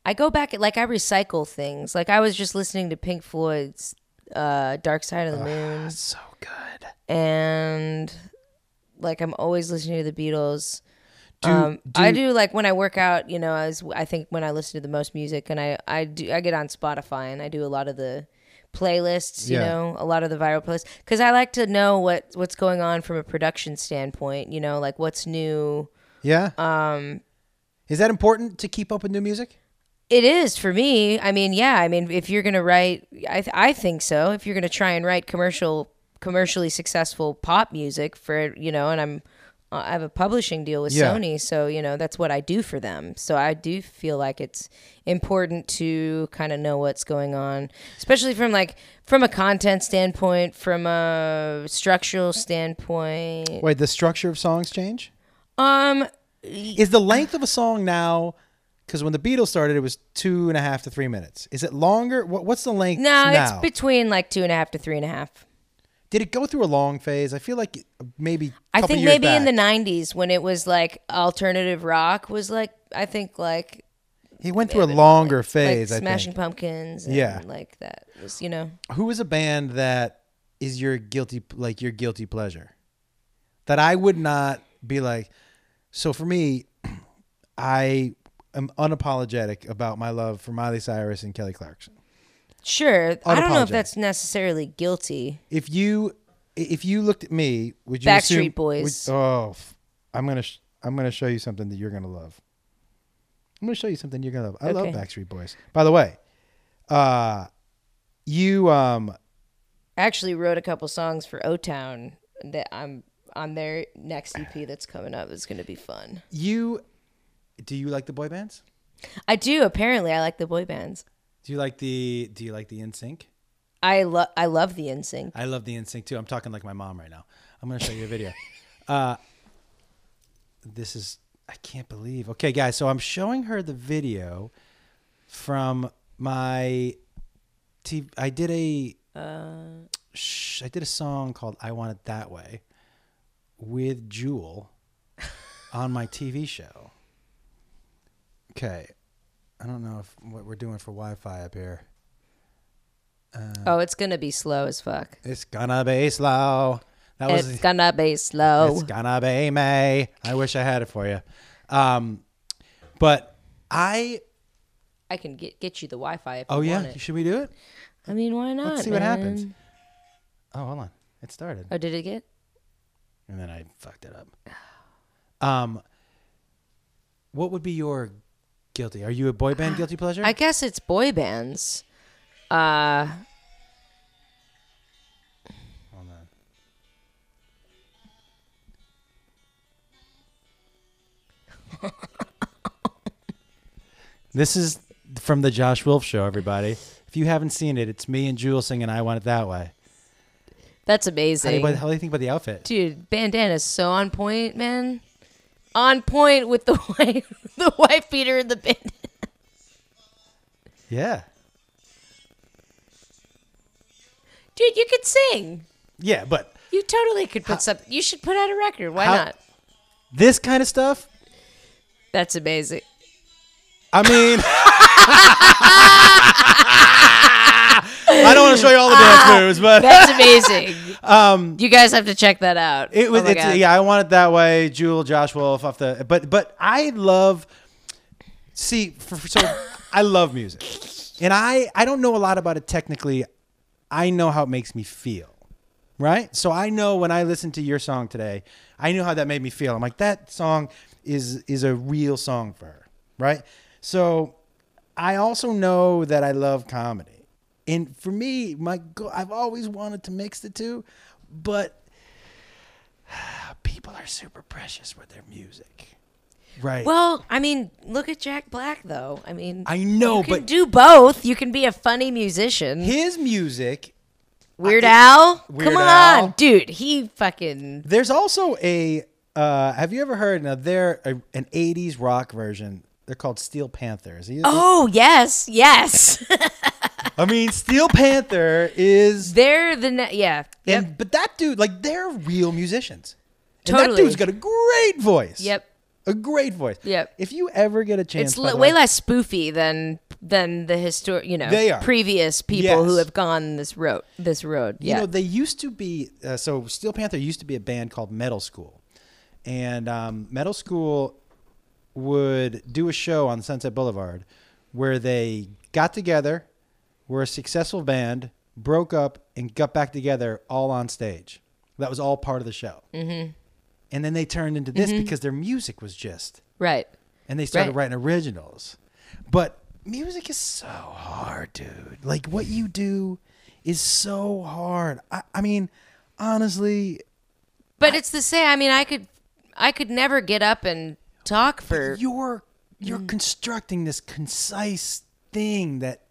S2: I go back like I recycle things. Like I was just listening to Pink Floyd's uh, "Dark Side of the Moon."
S1: That's so good.
S2: and like I'm always listening to the Beatles.
S1: Do-
S2: um,
S1: do-
S2: I do like when I work out. You know, as I think when I listen to the most music, and I I do I get on Spotify and I do a lot of the playlists. You
S1: Yeah.
S2: know, a lot of the viral playlists because I like to know what what's going on from a production standpoint. You know, like what's new.
S1: Yeah. Um Is that important to keep up with new music?
S2: It is for me. I mean, yeah. I mean, if you're gonna write, I th- I think so. If you're gonna try and write commercial, commercially successful pop music for you know, and I'm, uh, I have a publishing deal with
S1: Yeah.
S2: Sony, so you know that's what I do for them. So I do feel like it's important to kind of know what's going on, especially from like from a content standpoint, from a structural standpoint.
S1: Wait, the structure of songs change?
S2: Um,
S1: Is the length of a song now? Because when the Beatles started, it was two and a half to three minutes. Is it longer? What, what's the length
S2: no, it's
S1: now?
S2: between like two and a half to three and a half.
S1: Did it go through a long phase? I feel like it- maybe.
S2: I
S1: couple
S2: think
S1: years
S2: maybe in the
S1: back.
S2: '90s when it was like alternative rock was like I think like
S1: he went through a longer
S2: like
S1: phase. I
S2: Smashing
S1: think.
S2: Pumpkins, and
S1: Yeah.
S2: like that was you know
S1: Who is a band that is your guilty like your guilty pleasure? That I would not be like. So for me, [clears throat] I am unapologetic about my love for Miley Cyrus and Kelly Clarkson.
S2: sure. I don't know if
S1: Unapologetic.
S2: that's necessily guilty.
S1: If you if you looked at me, would you
S2: Backstreet
S1: assume-
S2: Boys.
S1: would- oh, f- I'm gonna sh- I'm gonna show you something that you're gonna love. I'm gonna show you something you're gonna love. I love
S2: Okay.
S1: Backstreet Boys. By the way, uh, you um
S2: I actually wrote a couple songs for O Town that I'm on their next EP that's coming up. It's gonna be fun.
S1: you do you like the boy bands?
S2: I do apparently. I like the boy bands.
S1: Do you like the Do you like the NSYNC?
S2: I love I love the NSYNC.
S1: I love the NSYNC too. I'm talking like my mom right now. I'm gonna show you a video. uh, this is I can't believe. Okay, guys, so I'm showing her the video from my TV. I did a sh- I did a song called "I Want It That Way" with Jewel on my TV show. Okay, I don't know if what we're doing for Wi-Fi up here. Uh.
S2: Oh, it's gonna be slow as fuck.
S1: It's gonna be slow. That was
S2: It's gonna be slow.
S1: It's gonna be May. I wish I had it for you. Um, but I.
S2: I can get get you the Wi-Fi if
S1: Oh
S2: you
S1: yeah,
S2: want it.
S1: should we do it?
S2: I mean, why not?
S1: Let's see what happens.
S2: man?
S1: Oh, hold on. It started,
S2: Oh, did it get?
S1: and then I fucked it up. Um, what would be your guilty? Are you a boy band guilty pleasure?
S2: I guess it's boy bands. Uh,
S1: hold on. This is from the Josh Wolf Show, everybody. If you haven't seen it, it's me and Jewel singing "I Want It That Way."
S2: that's
S1: How do, you,
S2: amazing,
S1: what- how do you think about the outfit?
S2: dude. Bandana is so on point, man. On point with the [laughs] white, the white beater and the bandana.
S1: Yeah.
S2: Dude, you could sing.
S1: Yeah, but
S2: You totally could put something. You should put out a record. Why
S1: How-
S2: not?
S1: this kind of stuff,
S2: That's amazing.
S1: I mean. [laughs] I don't want to show you all the dance moves, but
S2: That's amazing.
S1: [laughs]
S2: um, you guys have to check that out.
S1: it was.
S2: Oh my
S1: it's,
S2: God.
S1: yeah, I want it that way. Jewel, Josh Wolf, off the. But but I love. See, for, for- so I love music, and I I don't know a lot about it technically. I know how it makes me feel, right? So I know when I listened to your song today, I knew how that made me feel. I'm like that song is is a real song for her, right? So I also know that I love comedy, and for me, my go- I've always wanted to mix the two, but. Be [sighs] people are super precious with their music. Right.
S2: Well, I mean, look at Jack Black though. I mean,
S1: I know,
S2: you can
S1: but-
S2: do both. You can be a funny musician.
S1: his music,
S2: Weird Al,
S1: Weird
S2: come
S1: Al.
S2: on, dude. He fucking
S1: there's also a uh have you ever heard now they're a, an 80s rock version. They're called Steel Panthers.
S2: Oh yes, yes. [laughs]
S1: I mean, Steel Panther is
S2: They're the ne- yeah. Yep.
S1: and, but that dude, like they're real musicians. And that
S2: Totally.
S1: dude's got a great voice.
S2: Yep.
S1: A great voice.
S2: Yep.
S1: If you ever get a chance
S2: it's
S1: by
S2: li-
S1: the
S2: way
S1: way,
S2: less spoofy than than the histor- you know
S1: They are.
S2: previous people who
S1: Yes.
S2: have gone this road this road
S1: You
S2: yeah
S1: know, they used to be uh, so Steel Panther used to be a band called Metal School, and um, Metal School would do a show on Sunset Boulevard where they got together, were a successful band, broke up, and got back together all on stage. That was all part of the show. Mm-hmm. And then they turned into this because their music was just,
S2: right
S1: and they started
S2: Right.
S1: writing originals. But music is so hard, dude. Like what you do is so hard. I, I mean, honestly,
S2: but it's the same i mean i could i could never get up and talk for
S1: you're you're constructing this concise thing that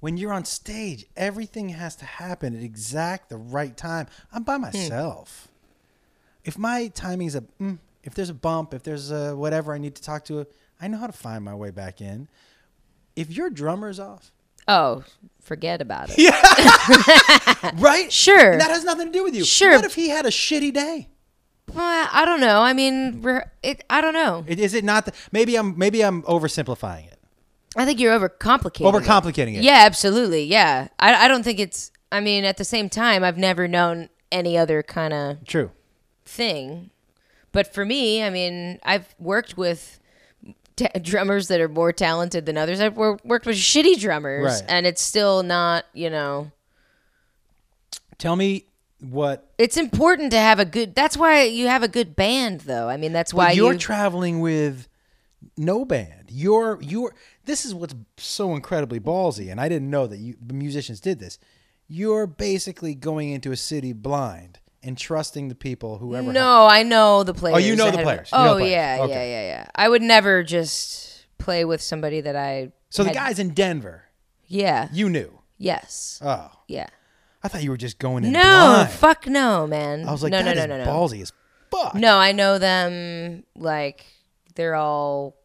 S1: when you're on stage, everything has to happen at exact the right time. I'm by myself. If my timing's a mm, if there's a bump, if there's a whatever I need to talk to, I know how to find my way back in. If your drummer's off,
S2: oh forget about it
S1: right?
S2: Sure.
S1: That has nothing to do with you.
S2: Sure.
S1: What if he had a shitty day?
S2: Well, i don't know i mean we're it, i don't know
S1: It- Is it not? The, maybe I'm maybe I'm oversimplifying it,
S2: i think you're overcomplicating it.
S1: overcomplicating it.
S2: yeah absolutely yeah I, I don't think it's i mean at the same time i've never known any other kind of
S1: True.
S2: thing. But for me, I mean, I've worked with t- drummers that are more talented than others. I've wor- worked with shitty drummers,
S1: Right.
S2: and it's still not, you know,
S1: Tell me what
S2: it's important to have a good. That's why you have a good band, though. I mean, that's why
S1: But you're
S2: you.
S1: traveling with no band. You're you're this is what's so incredibly ballsy, and I didn't know that you musicians did this. You're basically going into a city blind and trusting the people whoever.
S2: no, I know the players.
S1: know the
S2: ahead of-
S1: players. You
S2: Oh
S1: know the players.
S2: yeah,
S1: Okay.
S2: yeah, yeah, yeah. I would never just play with somebody that I.
S1: so the
S2: had-
S1: guys in Denver,
S2: Yeah.
S1: you knew.
S2: yes.
S1: Oh,
S2: Yeah.
S1: I thought you were just going in
S2: No.
S1: blind.
S2: Fuck no, man.
S1: I was like,
S2: no,
S1: that
S2: no,
S1: is
S2: no, no, no.
S1: ballsy as fuck.
S2: No, I know them. Like they're all,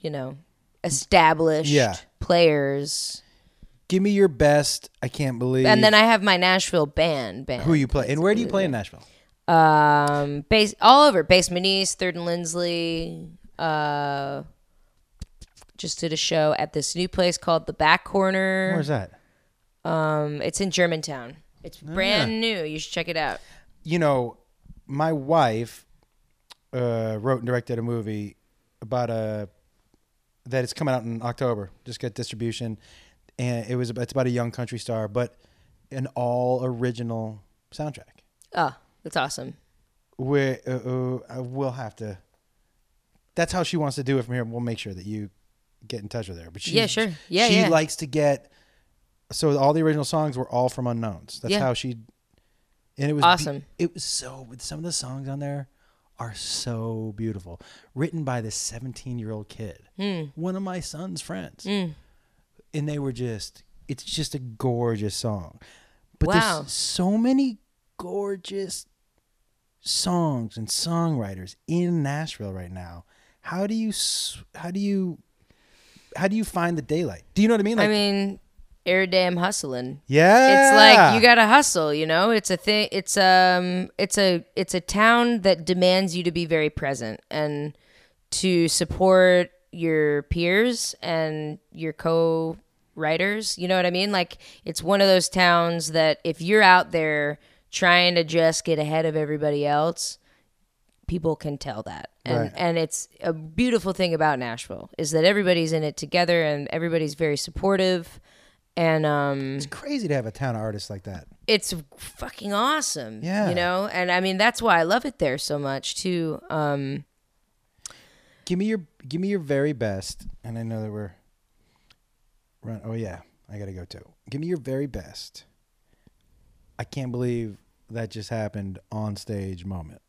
S2: you know, established
S1: Yeah.
S2: players.
S1: Give me your best. I can't believe.
S2: And then I have my Nashville band band.
S1: who you play and where do you play in Nashville?
S2: Um, base all over Basement East, Third and Lindsley. Uh, just did a show at this new place called the Back Corner.
S1: Where's that?
S2: Um, it's in Germantown. It's
S1: Oh,
S2: brand new. You should check it out.
S1: you know, my wife uh, wrote and directed a movie about a that it's coming out in October. Just got distribution, and it was it's about a young country star, but an all original soundtrack.
S2: Oh, that's awesome.
S1: Where uh, uh, I will have to. That's how she wants to do it from here. We'll make sure that you get in touch with her. But she,
S2: Yeah, sure. Yeah,
S1: she
S2: yeah.
S1: likes to get. So all the original songs were all from unknowns. That's
S2: Yeah.
S1: how she. And it was
S2: Awesome.
S1: be- it was so. Some of the songs on there are so beautiful, written by this seventeen-year-old kid,
S2: Hmm.
S1: one of my son's friends, and they were just. It's just a gorgeous song, but
S2: Wow.
S1: there's so many gorgeous songs and songwriters in Nashville right now. How do you s- how do you how do you find the daylight? Do you know what I mean?
S2: I mean, air damn hustling.
S1: yeah,
S2: It's like you gotta hustle, you know. It's a thing. It's um, it's a it's a town that demands you to be very present and to support your peers and your co-writers. You know what I mean? Like it's one of those towns that if you're out there trying to just get ahead of everybody else, people can tell that. And
S1: Right.
S2: and it's a beautiful thing about Nashville is that everybody's in it together and everybody's very supportive. And um,
S1: it's crazy to have a town artist like that.
S2: it's fucking awesome.
S1: Yeah.
S2: You know? And I mean, that's why I love it there so much, too. Um,
S1: Give me your give me your very best, and I know that we're run. Oh yeah, I gotta go too. Give me your very best. I can't believe that just happened on stage moment.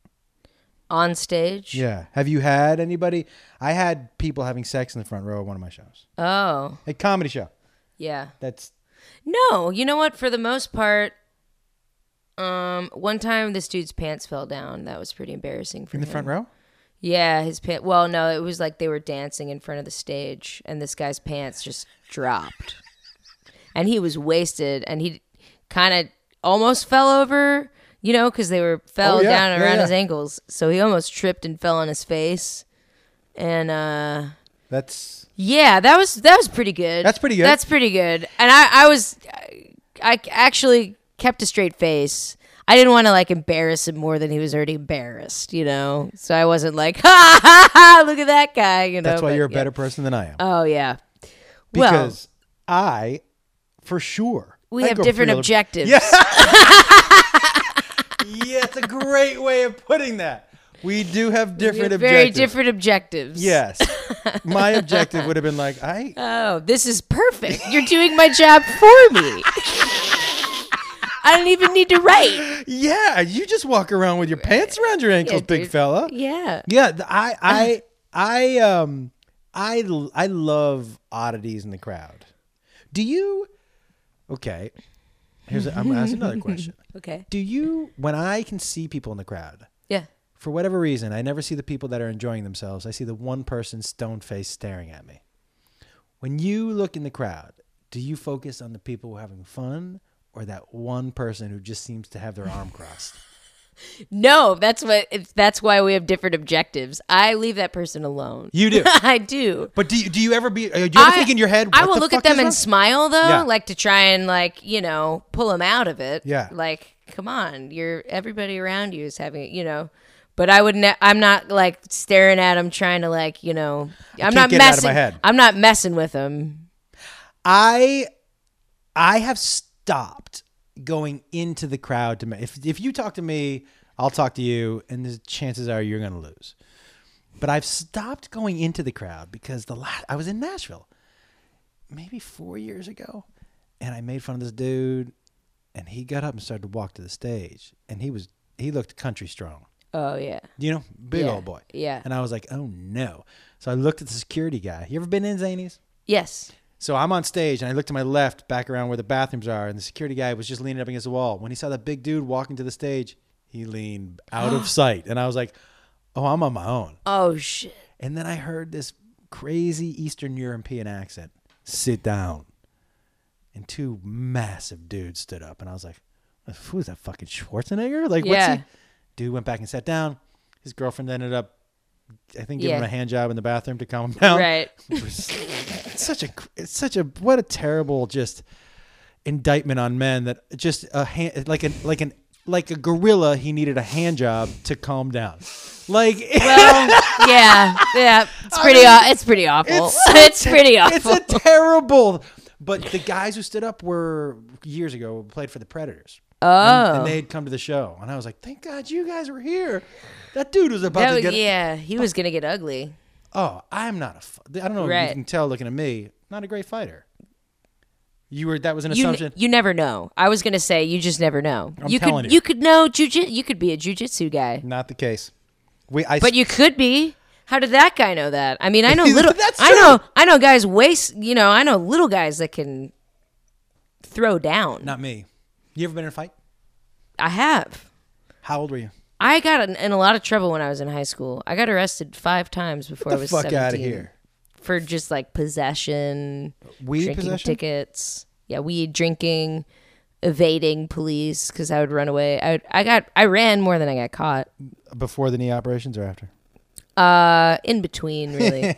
S2: on stage.
S1: Yeah. Have you had anybody? I had people having sex in the front row of one of my shows,
S2: Oh,
S1: a comedy show.
S2: yeah.
S1: That's
S2: No, you know what? For the most part, um, one time this dude's pants fell down. That was pretty embarrassing for
S1: in the
S2: him.
S1: front row.
S2: Yeah, his pants. Well, no, it was like they were dancing in front of the stage, and this guy's pants just dropped, and he was wasted, and he kind of almost fell over, you know, because they were fell
S1: Oh, yeah,
S2: down and
S1: yeah,
S2: around
S1: yeah.
S2: his ankles, so he almost tripped and fell on his face, and uh.
S1: That's
S2: Yeah, that was that was pretty good.
S1: That's pretty good.
S2: That's pretty good. And I I was I, I actually kept a straight face. I didn't want to like embarrass him more than he was already embarrassed, you know. So I wasn't like, [laughs] ha ha ha, look at that guy, you know.
S1: that's why
S2: but
S1: you're a
S2: yeah.
S1: better person than I am.
S2: Oh yeah.
S1: because I, for sure,
S2: well, we
S1: I
S2: have
S1: go
S2: different
S1: pretty-
S2: objectives.
S1: Yeah, it's a great way of putting that. We do have
S2: We have
S1: different
S2: very
S1: objectives.
S2: different objectives. [laughs]
S1: Yes, my objective would have been like I.
S2: Oh, this is perfect. You're doing my job for
S1: [laughs]
S2: me. I don't even need to write.
S1: Yeah, you just walk around with your pants around your ankles, big
S2: dude.
S1: fella.
S2: Yeah.
S1: Yeah, th-
S2: [laughs]
S1: I I I um I l- I love oddities in the crowd. Do you? Okay, here's a, I'm gonna ask
S2: [laughs]
S1: another question.
S2: Okay.
S1: Do you? When I can see people in the crowd,
S2: Yeah.
S1: for whatever reason, I never see the people that are enjoying themselves. I see the one person stone faced staring at me. When you look in the crowd, do you focus on the people who are having fun or that one person who just seems to have their arm crossed?
S2: No, that's what. It's, that's why we have different objectives. I leave that person alone.
S1: You do.
S2: [laughs] I do.
S1: But do you, do you ever be? uh, Do you ever think in your head?
S2: I
S1: "What
S2: will
S1: the
S2: look
S1: fuck
S2: at them
S1: is
S2: and
S1: wrong?"
S2: smile though,
S1: Yeah.
S2: like to try and like you know pull them out of it.
S1: Yeah.
S2: Like, come on, you're everybody around you is having it, you know. But I would. Ne- I'm not like staring at them, trying to like you know. I'm
S1: can't
S2: not
S1: get it out of
S2: messing.
S1: my head.
S2: I'm not messing with them.
S1: I I have stopped going into the crowd to me. If if you talk to me, I'll talk to you, and the chances are you're going to lose. But I've stopped going into the crowd because the last I was in Nashville, maybe four years ago, and I made fun of this dude, and he got up and started to walk to the stage, and he was he looked country strong,
S2: Oh yeah.
S1: you know, big
S2: Yeah,
S1: old boy.
S2: yeah.
S1: And I was like, oh no. So I looked at the security guy. You ever been in Zanies?
S2: Yes.
S1: So I'm on stage and I look to my left, back around where the bathrooms are, and the security guy was just leaning up against the wall. When he saw that big dude walking to the stage, he leaned out
S2: [gasps]
S1: of sight. And I was like, oh, I'm on my own.
S2: Oh shit.
S1: And then I heard this crazy Eastern European accent sit down. And two massive dudes stood up. And I was like, who's that fucking Schwarzenegger? Like,
S2: Yeah.
S1: what's he? Dude went back and sat down. His girlfriend ended up, I think, giving
S2: Yeah.
S1: him a hand job in the bathroom to calm him down
S2: Right.
S1: was such a it's such a what a terrible just indictment on men that just a hand like an like an like a gorilla he needed a hand job to calm down like [laughs]
S2: Well, yeah. Yeah. It's pretty. aw it's pretty awful. [laughs] It's,
S1: so ter-
S2: pretty awful.
S1: it's a terrible but the guys who stood up were years ago played for the predators
S2: oh.
S1: and they had come to the show and i was like thank god you guys were here that dude was about
S2: Oh
S1: to get
S2: yeah, he was gonna get ugly.
S1: oh, I'm not a. F- I don't know. If
S2: Right.
S1: you can tell looking at me, not a great fighter. You were. That was an
S2: You,
S1: assumption.
S2: n- you never know. I was gonna say you just never know. you
S1: telling
S2: could
S1: you.
S2: you could know jujitsu. You could be a jujitsu guy,
S1: not the case. We. I.
S2: but you could be. How did that guy know that? I
S1: [laughs]
S2: mean, I know little.
S1: That's
S2: I know. I know guys waist. You know, I know little guys that can throw down.
S1: not me. You ever been in a fight?
S2: I have.
S1: How old were you?
S2: I got in, in a lot of trouble when I was in high school. I got arrested five times before
S1: the
S2: I was
S1: fuck outta
S2: 17
S1: here.
S2: for just like possession.
S1: Uh, Weed
S2: drinking
S1: possession?
S2: tickets. Yeah, weed, drinking, evading police because I would run away. I would, I got I ran more than I got caught.
S1: Before the knee operations or after?
S2: Uh, in between,
S1: [laughs]
S2: really.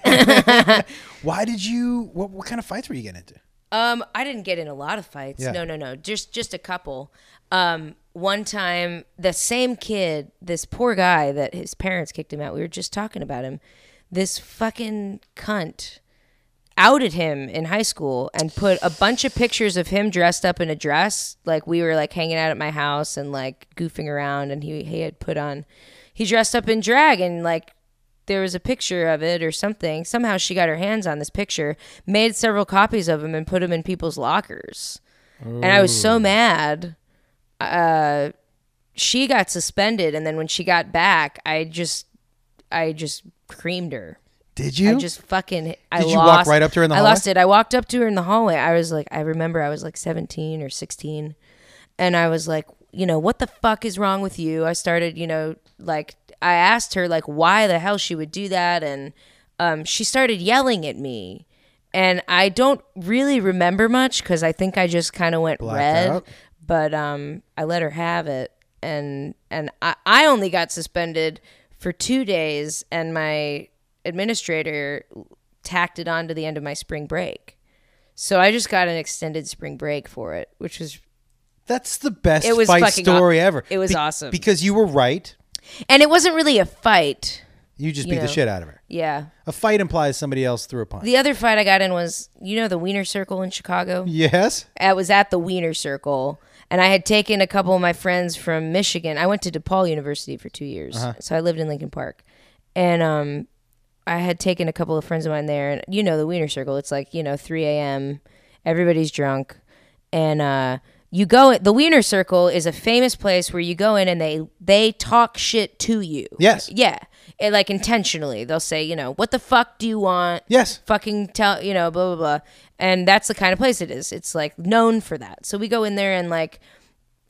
S1: Why did you? What, what kind of fights were you getting into?
S2: um, I didn't get in a lot of fights.
S1: Yeah.
S2: No, no, no. Just just a couple. Um, one time, the same kid, this poor guy that his parents kicked him out. We were just talking about him. This fucking cunt. outed him in high school and put a bunch of pictures of him dressed up in a dress. Like we were like hanging out at my house and like goofing around and he he had put on he dressed up in drag and like there was a picture of it or something. Somehow she got her hands on this picture, made several copies of him and put them in people's lockers. And I was so mad. Uh she got suspended, and then when she got back, I just I just creamed her.
S1: Did you?
S2: I just fucking. I
S1: Did you walk
S2: lost,
S1: right up to her in the
S2: I
S1: hallway?
S2: lost it. I walked up to her in the hallway. I was like, I remember I was like 17 or 16, and I was like, you know, what the fuck is wrong with you? I started, you know, like I asked her like why the hell she would do that, and um, she started yelling at me. And I don't really remember much because I think I just kind of went red,
S1: out?
S2: but um, I let her have it, and and I, I only got suspended for two days, and my administrator tacked it on to the end of my spring break, so I just got an extended spring break for it, which was
S1: That's the best
S2: It was
S1: fight
S2: fucking aw-
S1: story ever.
S2: it was awesome.
S1: because you were right.
S2: and it wasn't really a fight,
S1: You just beat
S2: Yeah.
S1: the shit out of her.
S2: yeah.
S1: A fight implies somebody else threw a punch.
S2: The other fight I got in was you know the Wiener Circle in Chicago.
S1: yes.
S2: I was at the Wiener Circle, and I had taken a couple of my friends from Michigan. I went to DePaul University for two years, so I lived in Lincoln Park, and um, I had taken a couple of friends of mine there. And you know the Wiener Circle; it's like you know 3 a.m. Everybody's drunk, and uh, you go. The Wiener Circle is a famous place where you go in and they they talk shit to you.
S1: Yes.
S2: yeah, and like intentionally, they'll say, you know, what the fuck do you want?
S1: Yes.
S2: fucking tell you know blah blah blah and that's the kind of place it is it's like known for that so we go in there and like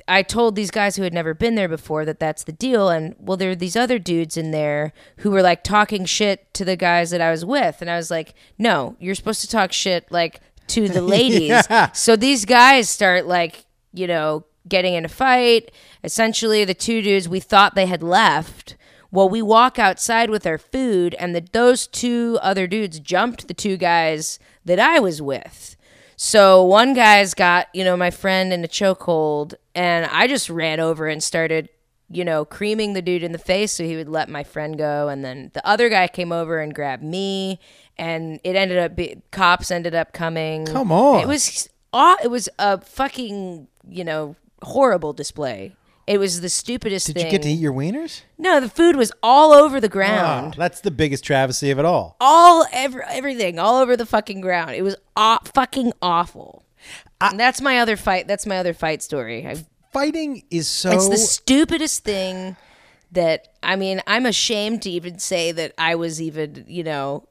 S2: i told these guys who had never been there before that that's the deal and well there are these other dudes in there who were like talking shit to the guys that i was with and i was like no you're supposed to talk shit like to the ladies
S1: Yeah.
S2: so these guys start like you know getting in a fight essentially the two dudes we thought they had left well we walk outside with our food and the, those two other dudes jumped the two guys that i was with so one guy's got you know my friend in a chokehold and i just ran over and started you know creaming the dude in the face so he would let my friend go and then the other guy came over and grabbed me and it ended up be, cops ended up coming
S1: Come on.
S2: it was was aw- it was a fucking you know horrible display. It was the stupidest
S1: Did
S2: thing.
S1: you get to eat your wieners?
S2: no, the food was all over the
S1: Ah,
S2: ground,
S1: that's the biggest travesty of it all.
S2: all ever everything, all over the fucking ground. It was aw- fucking awful. and that's my other fight. That's my other fight story. I,
S1: Fighting is so.
S2: it's the stupidest thing that I mean. I'm ashamed to even say that I was even you know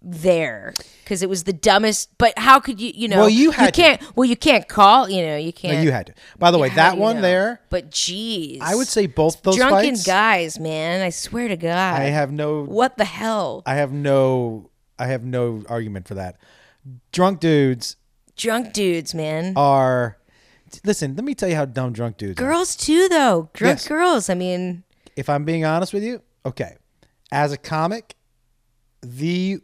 S2: there because it was the dumbest. But how could you you know?
S1: Well, you had to.
S2: can't. Well, you can't call. You know, you can't.
S1: No, you had to. By the way,
S2: How do
S1: that
S2: you
S1: one
S2: know?
S1: there,
S2: But jeez,
S1: I would say both those
S2: drunken
S1: fights.
S2: guys, man. I swear to God,
S1: I have no
S2: what the hell?
S1: I have no I have no argument for that. Drunk dudes
S2: Drunk dudes,
S1: Oh,
S2: man.
S1: are listen, let me tell you how dumb drunk dudes are.
S2: girls too, though. Drunk
S1: Yes.
S2: girls. I mean,
S1: If I'm being honest with you, okay. As a comic, the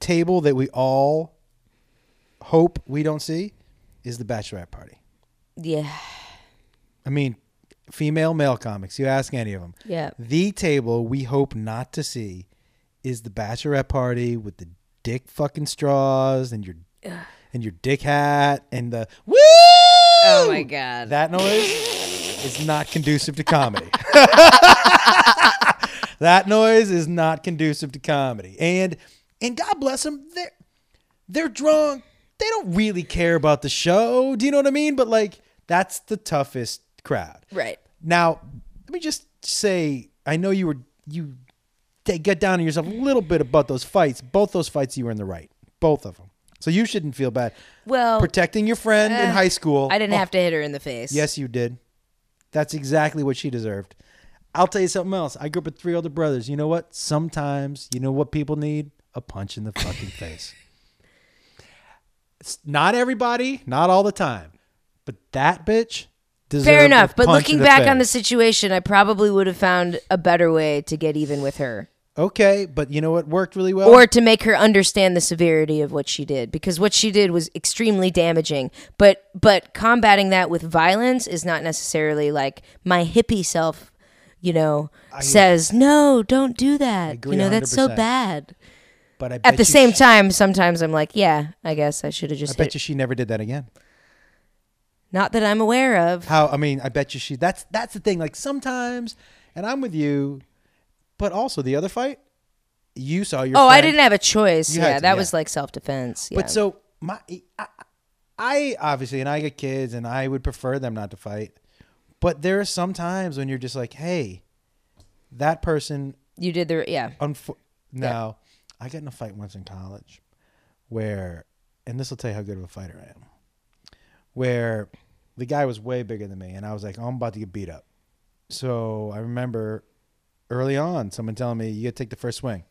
S1: table that we all hope we don't see is the bachelorette party.
S2: yeah,
S1: I mean, female male comics, you ask any of them.
S2: yeah.
S1: The table we hope not to see is the bachelorette party with the dick fucking straws and your and your dick hat and the woo.
S2: Oh my God.
S1: That noise is not conducive to comedy. [laughs] that noise is not conducive to comedy. And and God bless them, they're they're drunk. They don't really care about the show. Do you know what I mean? But like that's the toughest crowd.
S2: right.
S1: Now, let me just say, I know you were you they get down on yourself a little bit about those fights. Both those fights, you were in the right, both of them. So you shouldn't feel bad.
S2: Well, eh,
S1: Protecting your friend in high school.
S2: I didn't have to hit her in the face.
S1: Yes, you did. That's exactly what she deserved. I'll tell you something else. I grew up with three older brothers. You know what? Sometimes, you know what people need? A punch in the
S2: [laughs]
S1: fucking face. It's not everybody, not all the time, but that bitch deserved.
S2: Fair
S1: a
S2: enough. But
S1: punch in
S2: looking
S1: the
S2: back on
S1: face.
S2: the situation, I probably would have found a better way to get even with her.
S1: Okay, but you know what worked really well?
S2: or to make her understand the severity of what she did because what she did was extremely damaging but but combating that with violence is not necessarily like my hippie self you know says no don't do that
S1: agree
S2: you know that's so
S1: 100%.
S2: bad
S1: but I
S2: at the
S1: bet you
S2: same
S1: she-
S2: time sometimes i'm like yeah i guess i should have
S1: I
S2: just
S1: bet
S2: hit.
S1: you she never did that again.
S2: not that i'm aware of
S1: How? I mean, I bet you she. That's that's the thing. Like sometimes, and I'm with you, but also the other fight, you saw your.
S2: oh i
S1: friend-
S2: didn't have a choice
S1: You
S2: yeah
S1: had to,
S2: that
S1: yeah.
S2: was like self-defense yeah
S1: But so my, I, I obviously, and I got kids, and I would prefer them not to fight. But there are some times when you're just like, hey, that person
S2: You did the yeah.
S1: Unfo- no, I got in a fight once in college where, and this will tell you how good of a fighter I am, where the guy was way bigger than me, and I was like, oh, I'm about to get beat up. So I remember early on someone telling me, you got to take the first swing.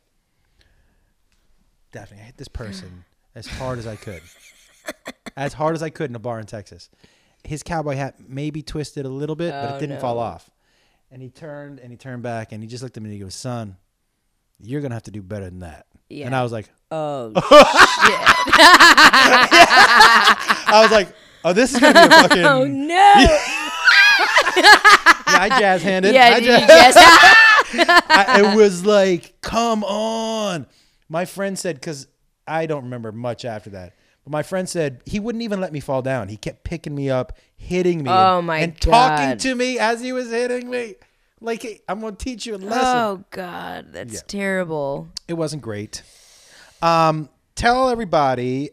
S1: Daphne, I hit this person as hard as I
S2: [laughs]
S1: could, as hard as I could in a bar in Texas. His cowboy hat maybe twisted a little bit, but
S2: Oh,
S1: it didn't
S2: no.
S1: fall off. And he turned and he turned back and he just looked at me and he goes, son, you're gonna have to do better than that. And
S2: Yeah.
S1: I was like, [laughs]
S2: Oh
S1: I was like, oh, this is gonna
S2: [laughs]
S1: be a fucking. [laughs] yeah,
S2: no.
S1: I jazz handed.
S2: Yeah,
S1: I
S2: did
S1: [laughs]
S2: you
S1: jazz-
S2: just
S1: I, it was like, come on. My friend said, because I don't remember much after that. But my friend said he wouldn't even let me fall down. He kept picking me up, hitting me,
S2: Oh,
S1: and-
S2: my
S1: and
S2: God.
S1: talking to me as he was hitting me. Like hey, I'm gonna teach you a lesson.
S2: Oh god, that's terrible.
S1: It wasn't great. Um, tell everybody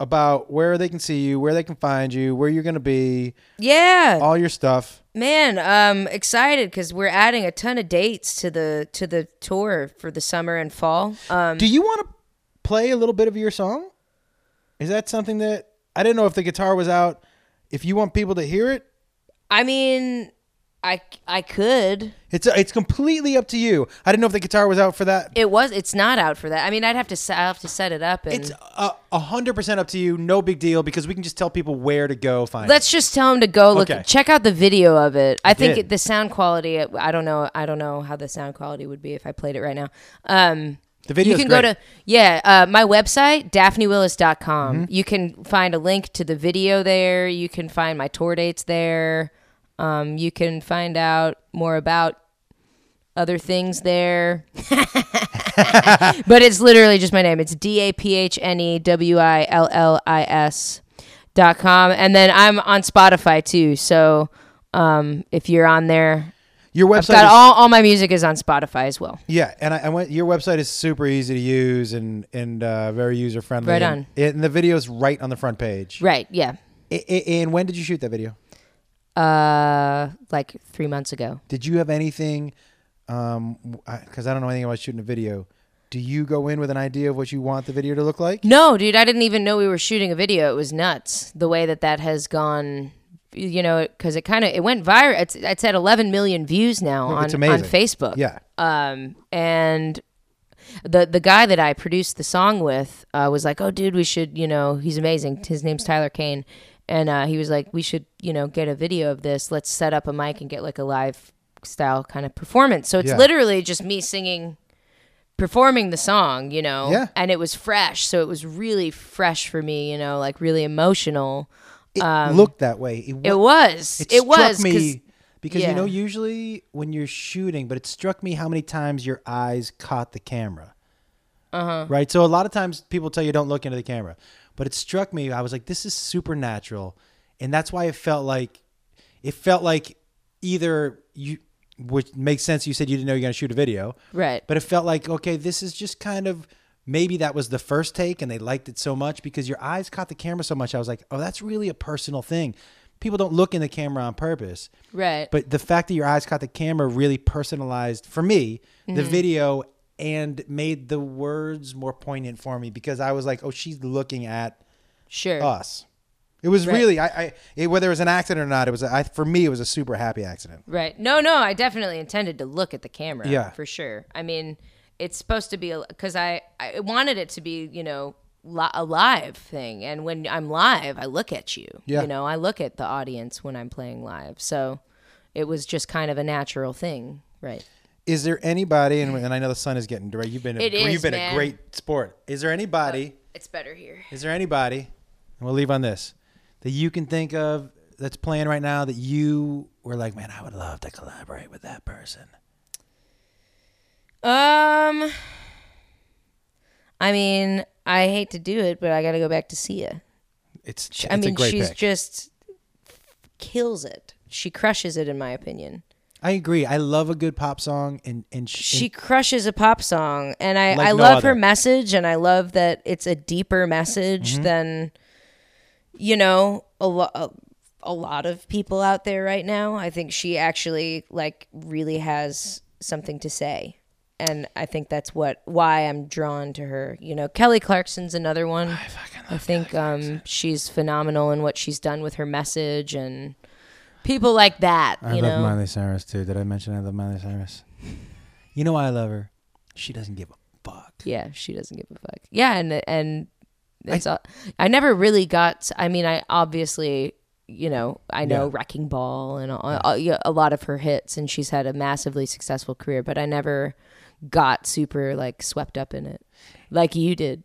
S1: about where they can see you, where they can find you, where you're going to be,
S2: Yeah.
S1: all your stuff.
S2: Man, um excited cuz we're adding a ton of dates to the to the tour for the summer and fall. Um
S1: Do you want to play a little bit of your song? Is that something that I didn't know if the guitar was out? If you want people to hear it,
S2: I mean I I could.
S1: it's it's completely up to you. I didn't know if the guitar was out for that.
S2: It was it's not out for that. I mean, I'd have to se- I have to set it up and
S1: It's a- a hundred percent up to you. No big deal because we can just tell people where to go find. it.
S2: Let's just tell him to go look.
S1: Okay.
S2: Check out the video of it. I think
S1: did.
S2: it, the sound quality. I don't know. I don't know how the sound quality would be if I played it right now. Um,
S1: The video's
S2: You can go
S1: great.
S2: to yeah. Uh, my website DaphneWillis.com. You can find a link to the video there. You can find my tour dates there. Um, you can find out more about other things there. but it's literally just my name. It's D A P H N E W I L L I S dot com. And then I'm on Spotify too. So um, if you're on there,
S1: your
S2: I've
S1: website.
S2: got
S1: is-
S2: all, all my music is on Spotify as well.
S1: Yeah, and I, I went. Your website is super easy to use and and uh, very user friendly.
S2: Right
S1: and,
S2: on.
S1: And the video's right on the front page.
S2: Right. Yeah.
S1: I- I- and when did you shoot that video?
S2: Uh, like three months ago.
S1: Did you have anything? Um, because I, don't know anything about shooting a video. Do you go in with an idea of what you want the video to look like?
S2: No, dude, I didn't even know we were shooting a video. It was nuts the way that that has gone. You know, because it kind of it went viral. It's, it's at 11 million views now on,
S1: it's
S2: on
S1: amazing.
S2: Facebook.
S1: Yeah.
S2: um, and the the guy that I produced the song with uh, was like, "Oh, dude, we should, you know, he's amazing. His name's Tyler Kane, and uh, he was like, we should, you know, get a video of this. Let's set up a mic and get like a live style kind of performance. So it's
S1: Yeah.
S2: literally just me singing, performing the song, you know,
S1: Yeah.
S2: and it was fresh. So it was really fresh for me, you know, like really emotional.
S1: It looked that way. It,
S2: Um, It
S1: wa-
S2: was. It,
S1: struck
S2: was 'cause-
S1: me because
S2: yeah.
S1: you know usually when you're shooting, but it struck me how many times your eyes caught the camera. Uh-huh. Right. So a lot of times people tell you don't look into the camera, but it struck me. I was like, this is supernatural, and that's why it felt like it felt like either you, which makes sense. You said you didn't know you're gonna shoot a video,
S2: Right.
S1: But it felt like okay, this is just kind of. Maybe that was the first take and they liked it so much because your eyes caught the camera so much. I was like, oh, that's really a personal thing. People don't look in the camera on purpose.
S2: right.
S1: But the fact that your eyes caught the camera really personalized for me the video and made the words more poignant for me because I was like, oh, she's looking at
S2: sure.
S1: us. It was
S2: Right.
S1: really, I, I it, whether it was an accident or not, it was I, for me, it was a super happy accident.
S2: Right. No, no, I definitely intended to look at the camera.
S1: Yeah.
S2: For sure. I mean, it's supposed to be because I, I wanted it to be, you know, li- a live thing. And when I'm live, I look at you.
S1: Yeah.
S2: You know, I look at the audience when I'm playing live. So it was just kind of a natural thing. Right.
S1: Is there anybody? And, and I know the sun Mm. is getting direct. You've been, a,
S2: It is,
S1: you've been
S2: man.
S1: a great sport. Is there anybody?
S2: It's better here.
S1: Is there anybody, and we'll leave on this, that you can think of that's playing right now that you were like, man, I would love to collaborate with that person?
S2: Um, I mean, I hate to do it, but I got to go back to Sia.
S1: It's, it's
S2: I
S1: a
S2: mean,
S1: great
S2: she's
S1: pick.
S2: just kills it. She crushes it, in my opinion.
S1: I agree. I love a good pop song, and and she,
S2: she crushes a pop song and i,
S1: Like
S2: I
S1: no
S2: love her
S1: other.
S2: message and i love
S1: Mm-hmm.
S2: that it's a deeper message than you know a lot a lot of people out there right now. I think she actually like really has something to say. And I think that's what why I'm drawn to her. You know, Kelly Clarkson's another one. I, think um, she's phenomenal in what she's done with her message and people like that.
S1: I
S2: you
S1: love
S2: know,
S1: Miley Cyrus too. Did I mention I love Miley Cyrus? You know why I love her? She doesn't give a fuck.
S2: Yeah, she doesn't give a fuck. Yeah, and and it's all, I never really got. I mean, I obviously you know I know
S1: Yeah.
S2: Wrecking Ball and all, all- yeah, a lot of her hits, and she's had a massively successful career, but I never got super like swept up in it like you
S1: [laughs]
S2: did.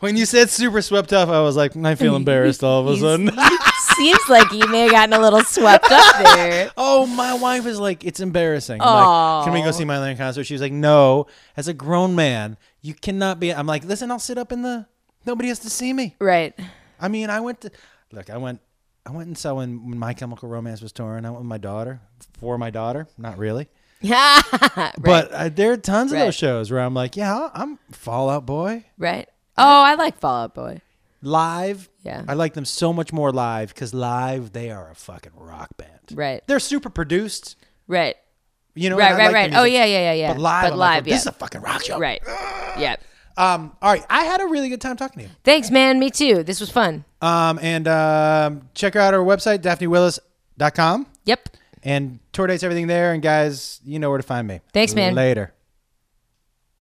S1: When you said super swept up, I was like, I [laughs] feel embarrassed all of a sudden. [laughs]
S2: Seems like you may have gotten a little swept up there.
S1: Oh, my wife is like, it's embarrassing. I'm like, can we go see Miley in concert? She was like, no. As a grown man, you cannot be. I'm like, listen, I'll sit up in the. Nobody has to see me.
S2: Right. [laughs]
S1: I mean, I went to look. I went. I went and saw when, when My Chemical Romance was touring. I went with my daughter for my daughter. Not really, but uh, there are tons of
S2: Right.
S1: those shows where I'm like, yeah, I'll- I'm Fallout Boy
S2: right. Oh, I like Fall Out Boy.
S1: live.
S2: Yeah.
S1: I like them so much more live because live they are a fucking rock band.
S2: Right.
S1: They're super produced.
S2: Right.
S1: You know.
S2: Right,
S1: and I
S2: right,
S1: like the
S2: right. Oh,
S1: music.
S2: yeah, yeah, yeah, yeah.
S1: But live,
S2: But
S1: I'm like,
S2: live,
S1: "Well, this
S2: yeah.
S1: is a fucking rock show.
S2: Right. Yeah.
S1: Um. All right. I had a really good time talking to you.
S2: Thanks, man. Me too. This was fun.
S1: Um. And um, check out our website daphnewillis.com.
S2: Yep.
S1: and tour dates everything there and guys you know where to find me
S2: Thanks, man.
S1: later